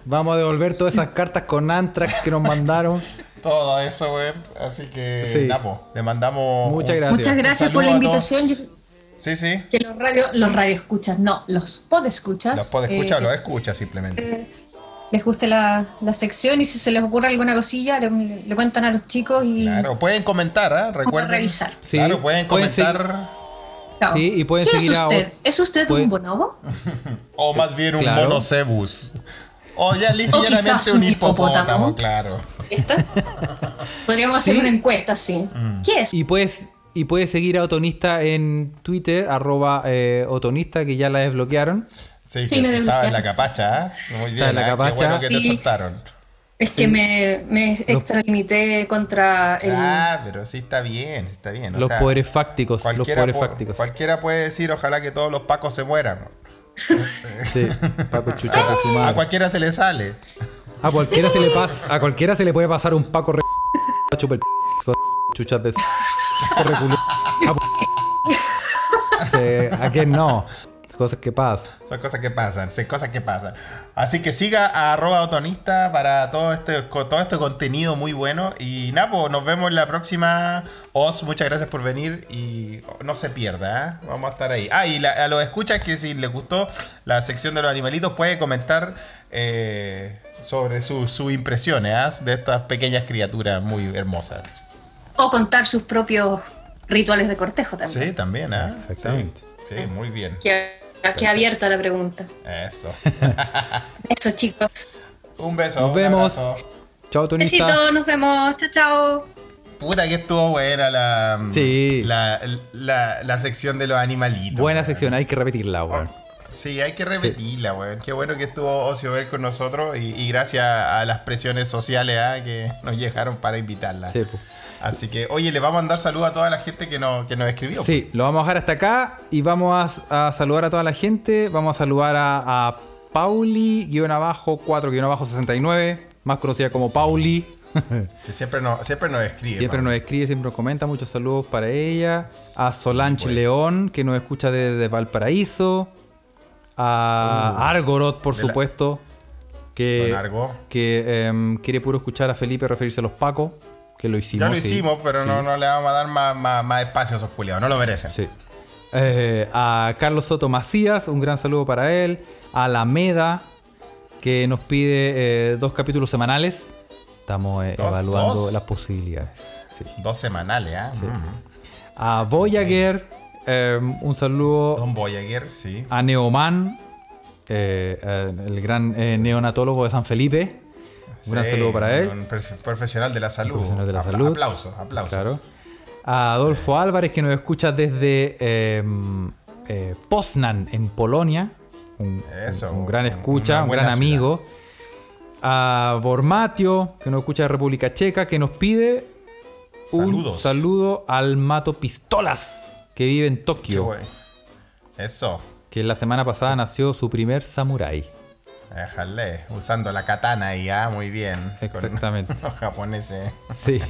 S2: Vamos a devolver todas esas cartas con Antrax que nos mandaron.
S1: Todo eso, weón. Así que,
S2: Sí.
S1: Napo, le mandamos.
S2: Muchas gracias.
S3: Muchas gracias
S1: Un
S3: por la
S1: saludo a todos.
S3: invitación. Yo-
S1: Sí, sí.
S3: que los radio, los radioescuchas, no, los podescuchas.
S1: Los puede escuchar
S3: eh,
S1: o los escucha simplemente.
S3: les guste la, la sección y si se les ocurre alguna cosilla, le, le cuentan a los chicos y
S1: Claro, pueden comentar, ¿ah? Recuerden.
S3: revisar.
S2: Sí,
S1: claro, pueden
S2: pueden
S1: comentar.
S3: Chao.
S2: Sí, y pueden
S3: ¿Quién
S2: seguir
S3: es
S2: a
S3: usted?
S2: ot-
S3: ¿Es usted
S2: pueden-
S3: un bonobo?
S1: O más bien un
S2: Claro.
S1: monocebus. O ya
S3: O
S1: ligeramente
S3: quizás
S1: un
S3: un
S1: hipopótamo,
S3: hipopótamo.
S1: claro.
S3: ¿Esta? Podríamos hacer
S2: Sí. Mm.
S3: una encuesta, sí. ¿Qué es?
S2: Y puedes, y puedes seguir a Otonista en Twitter, arroba eh, Otonista, que ya la desbloquearon.
S1: Sí,
S3: Sí,
S1: que
S3: me
S1: tú estabas
S3: desbloquearon.
S1: en la capacha, ¿ah? Muy bien,
S2: en la
S1: ¿ah?
S2: capacha.
S1: Qué bueno que te
S3: Sí.
S1: soltaron.
S3: Es que me, me extralimité contra el...
S1: Ah, pero sí está bien, sí está bien. o
S2: los
S1: sea,
S2: poderes fácticos. Los
S1: cualquiera
S2: poderes
S1: pu-
S2: fácticos.
S1: Cualquiera puede decir, ojalá que todos los pacos se mueran.
S2: Sí, Paco Chuchaco, su
S1: A
S2: madre.
S1: cualquiera se le sale.
S2: A cualquiera se le pasa, a cualquiera se le puede pasar un Paco re chupa el p- hijo de chuchas de su- Paco re culo. A- Sí, a quién no. Cosas que pasan.
S1: Son cosas que pasan, son cosas que pasan. Así que siga a arroba otonista para todo este, co- todo este contenido muy bueno. Y Napo, nos vemos en la próxima. Os, muchas gracias por venir y no se pierda, ¿eh? vamos a estar ahí. Ah, y la- a los escuchas que si les gustó la sección de los animalitos, puede comentar eh, sobre sus sus impresiones ¿eh? de estas pequeñas criaturas muy hermosas.
S3: O contar sus propios rituales de cortejo también.
S1: Sí, también, ¿eh?
S2: Exactamente.
S1: Sí, sí, muy bien.
S3: Que, que abierta la pregunta.
S1: Eso.
S3: Eso, chicos.
S1: Un beso.
S2: Nos
S1: un
S2: vemos.
S1: abrazo.
S2: Chao, Tonista.
S3: Besitos, nos vemos. Chao, chao.
S1: Puta que estuvo buena la, mm,
S2: Sí.
S1: la, la- la sección de los animalitos.
S2: Buena
S1: weón.
S2: sección, hay que repetirla, weón.
S1: Sí, hay que repetirla, weón. Qué bueno que estuvo Ocio Bell con nosotros y, y gracias a las presiones sociales ah, que nos llegaron para invitarla.
S2: Sí, pues. po.
S1: Así que, oye, le vamos a mandar saludos a toda la gente que nos, que nos escribió.
S2: Sí, lo vamos a dejar hasta acá y vamos a, a saludar a toda la gente. Vamos a saludar a, a Pauli, guión abajo, 4, guión abajo, 69, más conocida como Pauli.
S1: pues, Que siempre nos, siempre nos escribe.
S2: siempre
S1: man.
S2: nos escribe, siempre nos comenta. Muchos saludos para ella. A Solange León, que nos escucha desde Valparaíso. A Argorot, por
S1: Uh, De la-
S2: supuesto, que,
S1: Don Argo.
S2: que em, quiere puro escuchar a Felipe referirse a los Pacos, que lo hicimos.
S1: Ya lo
S2: sí.
S1: hicimos, pero no, no le vamos a dar más, más, más espacio a esos culiados. No lo merecen.
S2: Sí. Eh, a Carlos Soto Macías, un gran saludo para él. A Alameda, que nos pide eh, dos capítulos semanales. Estamos eh,
S1: Dos,
S2: evaluando
S1: dos.
S2: las posibilidades. Sí.
S1: Dos semanales, ¿ah? Mm.
S2: A Voyager, eh, un saludo.
S1: Don Voyager, sí.
S2: A Neoman, eh, eh, el gran eh, neonatólogo de San Felipe. Un gran
S1: Sí,
S2: saludo para él.
S1: Un profe- profesional de la salud.
S2: Profesional de la
S1: Apla-
S2: salud.
S1: Aplausos, aplausos.
S2: Claro. A Adolfo Álvarez, que nos escucha desde eh, eh, Poznan, en Polonia. Un,
S1: Eso,
S2: un- un gran
S1: una
S2: escucha, un
S1: buena
S2: gran
S1: ciudad.
S2: amigo. A Bormatio, que nos escucha de República Checa, que nos pide un
S1: Saludos.
S2: saludo al Mato Pistolas, que vive en
S1: Qué
S2: Tokio.
S1: bueno. Eso.
S2: Que la semana pasada nació su primer samurái.
S1: Déjale. Usando la katana y ya, muy bien. Con
S2: Exactamente.
S1: los japoneses.
S2: Sí.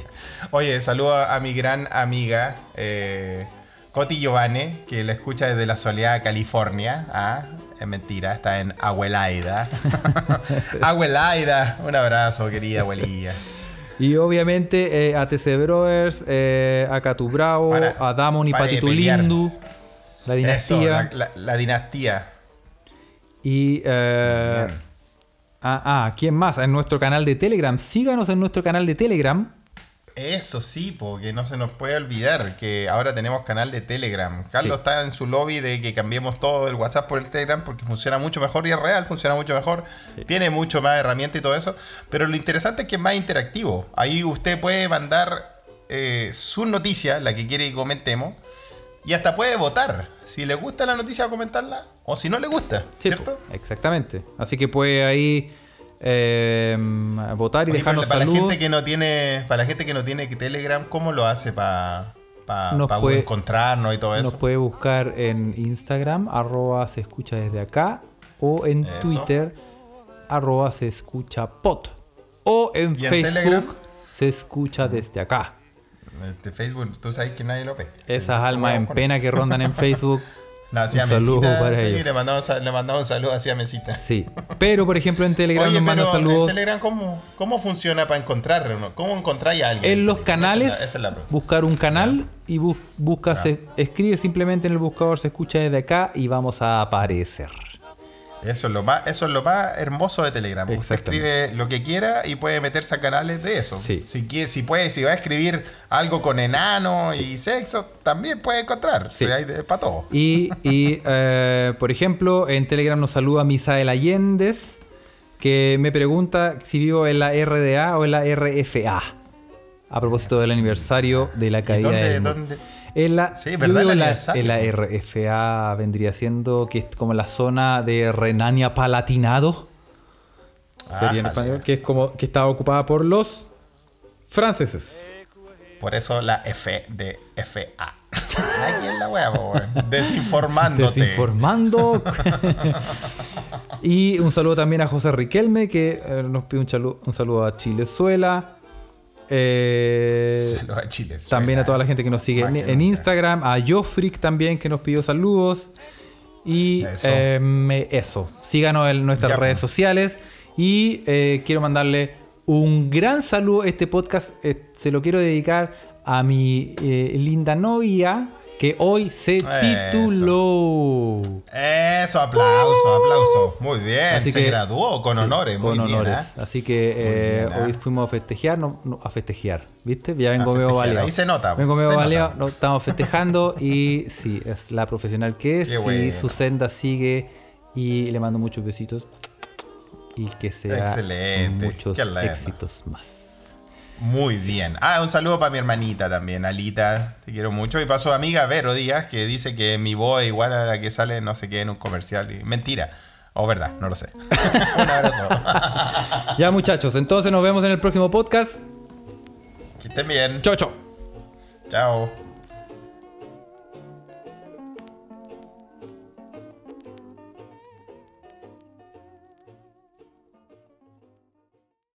S1: Oye, saludo a mi gran amiga, eh, Coti Giovane, que la escucha desde la soleada California. Ah, es mentira, está en Abuelaida. Abuelaida. Un abrazo, querida abuelilla.
S2: Y obviamente eh, a TC Brothers, eh, a Catu Bravo,
S1: Para-
S2: a Damon y
S1: para de pelear.
S2: Patitulindu, la dinastía.
S1: Eso, la, la- la dinastía.
S2: Y. eh,
S1: Bien.
S2: ah, ah, ¿quién más? En nuestro canal de Telegram. Síganos en nuestro canal de Telegram.
S1: Eso sí, porque no se nos puede olvidar que ahora tenemos canal de Telegram. Carlos
S2: Sí.
S1: está en su lobby de que cambiemos todo el WhatsApp por el Telegram porque funciona mucho mejor y es real, funciona mucho mejor, tiene mucho más herramienta y todo eso. Pero lo interesante es que es más interactivo. Ahí usted puede mandar eh, su noticia, la que quiere que comentemos, y hasta puede votar. Si le gusta la noticia, comentarla, o si no le gusta,
S2: Sí,
S1: ¿cierto?
S2: po, Exactamente. Así que puede ahí eh, votar y
S1: Oye, pero
S2: dejarnos
S1: para la
S2: saludos.
S1: gente que no tiene, para la gente que no tiene Telegram, ¿cómo lo hace para
S2: Nos puede-
S1: encontrarnos y todo
S2: Nos
S1: eso?
S2: puede buscar en Instagram, arroba se escucha desde acá, o en
S1: Eso.
S2: Twitter, arroba se escucha pot, o en
S1: ¿Y en
S2: Facebook,
S1: Telegram?
S2: se escucha desde acá.
S1: Este, Facebook, tú sabes que nadie lo pesca.
S2: Esas almas en
S1: Con
S2: pena
S1: eso.
S2: que rondan en Facebook.
S1: No, hacía
S2: Un saludo
S1: mesita,
S2: para
S1: y
S2: ellos.
S1: le mandamos, le mandamos un saludo hacia mesita.
S2: Sí. Pero, por ejemplo, en Telegram
S1: Oye,
S2: nos mandan
S1: pero
S2: saludos.
S1: en Telegram, ¿cómo, cómo funciona para encontrarnos? ¿Cómo encontráis a alguien?
S2: En los
S1: Esa es
S2: canales,
S1: la- esa es la pregunta.
S2: buscar un canal y bus- busca, se- escribe simplemente en el buscador, se escucha desde acá y vamos a aparecer.
S1: Eso es lo más, eso es lo más hermoso de Telegram. Usted
S2: Exactamente.
S1: escribe lo que quiera y puede meterse a canales de eso.
S2: Sí.
S1: Si quiere, si puede, si va a escribir algo con enano y sexo, también puede encontrar.
S2: Sí.
S1: Sí, hay de- para todo.
S2: Y, y, eh, por ejemplo, en Telegram nos saluda Misael Allendez, que me pregunta si vivo en la RDA o en la RFA. A propósito del aniversario de la caída
S1: dónde-
S2: del mu-
S1: dónde?
S2: En la,
S1: Sí,
S2: yo
S1: ¿verdad?
S2: digo
S1: El
S2: la-
S1: aniversario.
S2: en la RFA vendría siendo que es como la zona de Renania Palatinado. sería en
S1: Ájale.
S2: español, que es como que estaba ocupada por los franceses.
S1: Por eso la F de FA. Aquí en la wea, po, weón. Desinformándote.
S2: Desinformando. y un saludo también a José Riquelme, que eh, nos pide un, chalu- un saludo a Chilezuela. Eh,
S1: Saludos a Chile. suena.
S2: también a toda la gente que nos sigue
S1: Más
S2: en,
S1: que
S2: en
S1: nunca.
S2: Instagram, a Jofric también, que nos pidió saludos. Y
S4: Eso.
S2: eh, me- eso. Síganos en nuestras
S1: Ya, pues.
S2: redes sociales. Y eh, quiero mandarle un gran saludo. Este podcast eh, se lo quiero dedicar a mi eh, linda novia que hoy se
S1: Eso.
S2: tituló.
S1: Eso, aplauso, aplauso. Muy bien,
S2: Así
S1: se
S2: que-
S1: graduó con
S2: Sí,
S1: honores,
S2: con
S1: muy bien,
S2: honores.
S1: ¿eh?
S2: Así que eh,
S1: bien, ¿eh?
S2: hoy fuimos a festejar, no, no, a festejar, ¿viste? Ya vengo
S1: A
S2: medio
S1: festejar,
S2: baleado.
S1: ahí se nota,
S2: Vengo
S1: se
S2: medio
S1: nota.
S2: baleado, no, estamos festejando y sí, es la profesional que es
S1: Qué
S2: y
S1: bueno.
S2: su senda sigue y le mando muchos besitos y que sea
S1: Excelente,
S2: muchos
S1: qué lindo.
S2: éxitos más.
S1: Muy bien. Ah, un saludo para mi hermanita también, Alita. Te quiero mucho. Y para su amiga Vero Díaz, que dice que mi voz es igual a la que sale no sé qué en un comercial. Y- Mentira. O verdad, no lo sé. un abrazo.
S2: Ya muchachos, entonces nos vemos en el próximo podcast.
S1: que estén bien.
S2: Chao, chao.
S1: Chao.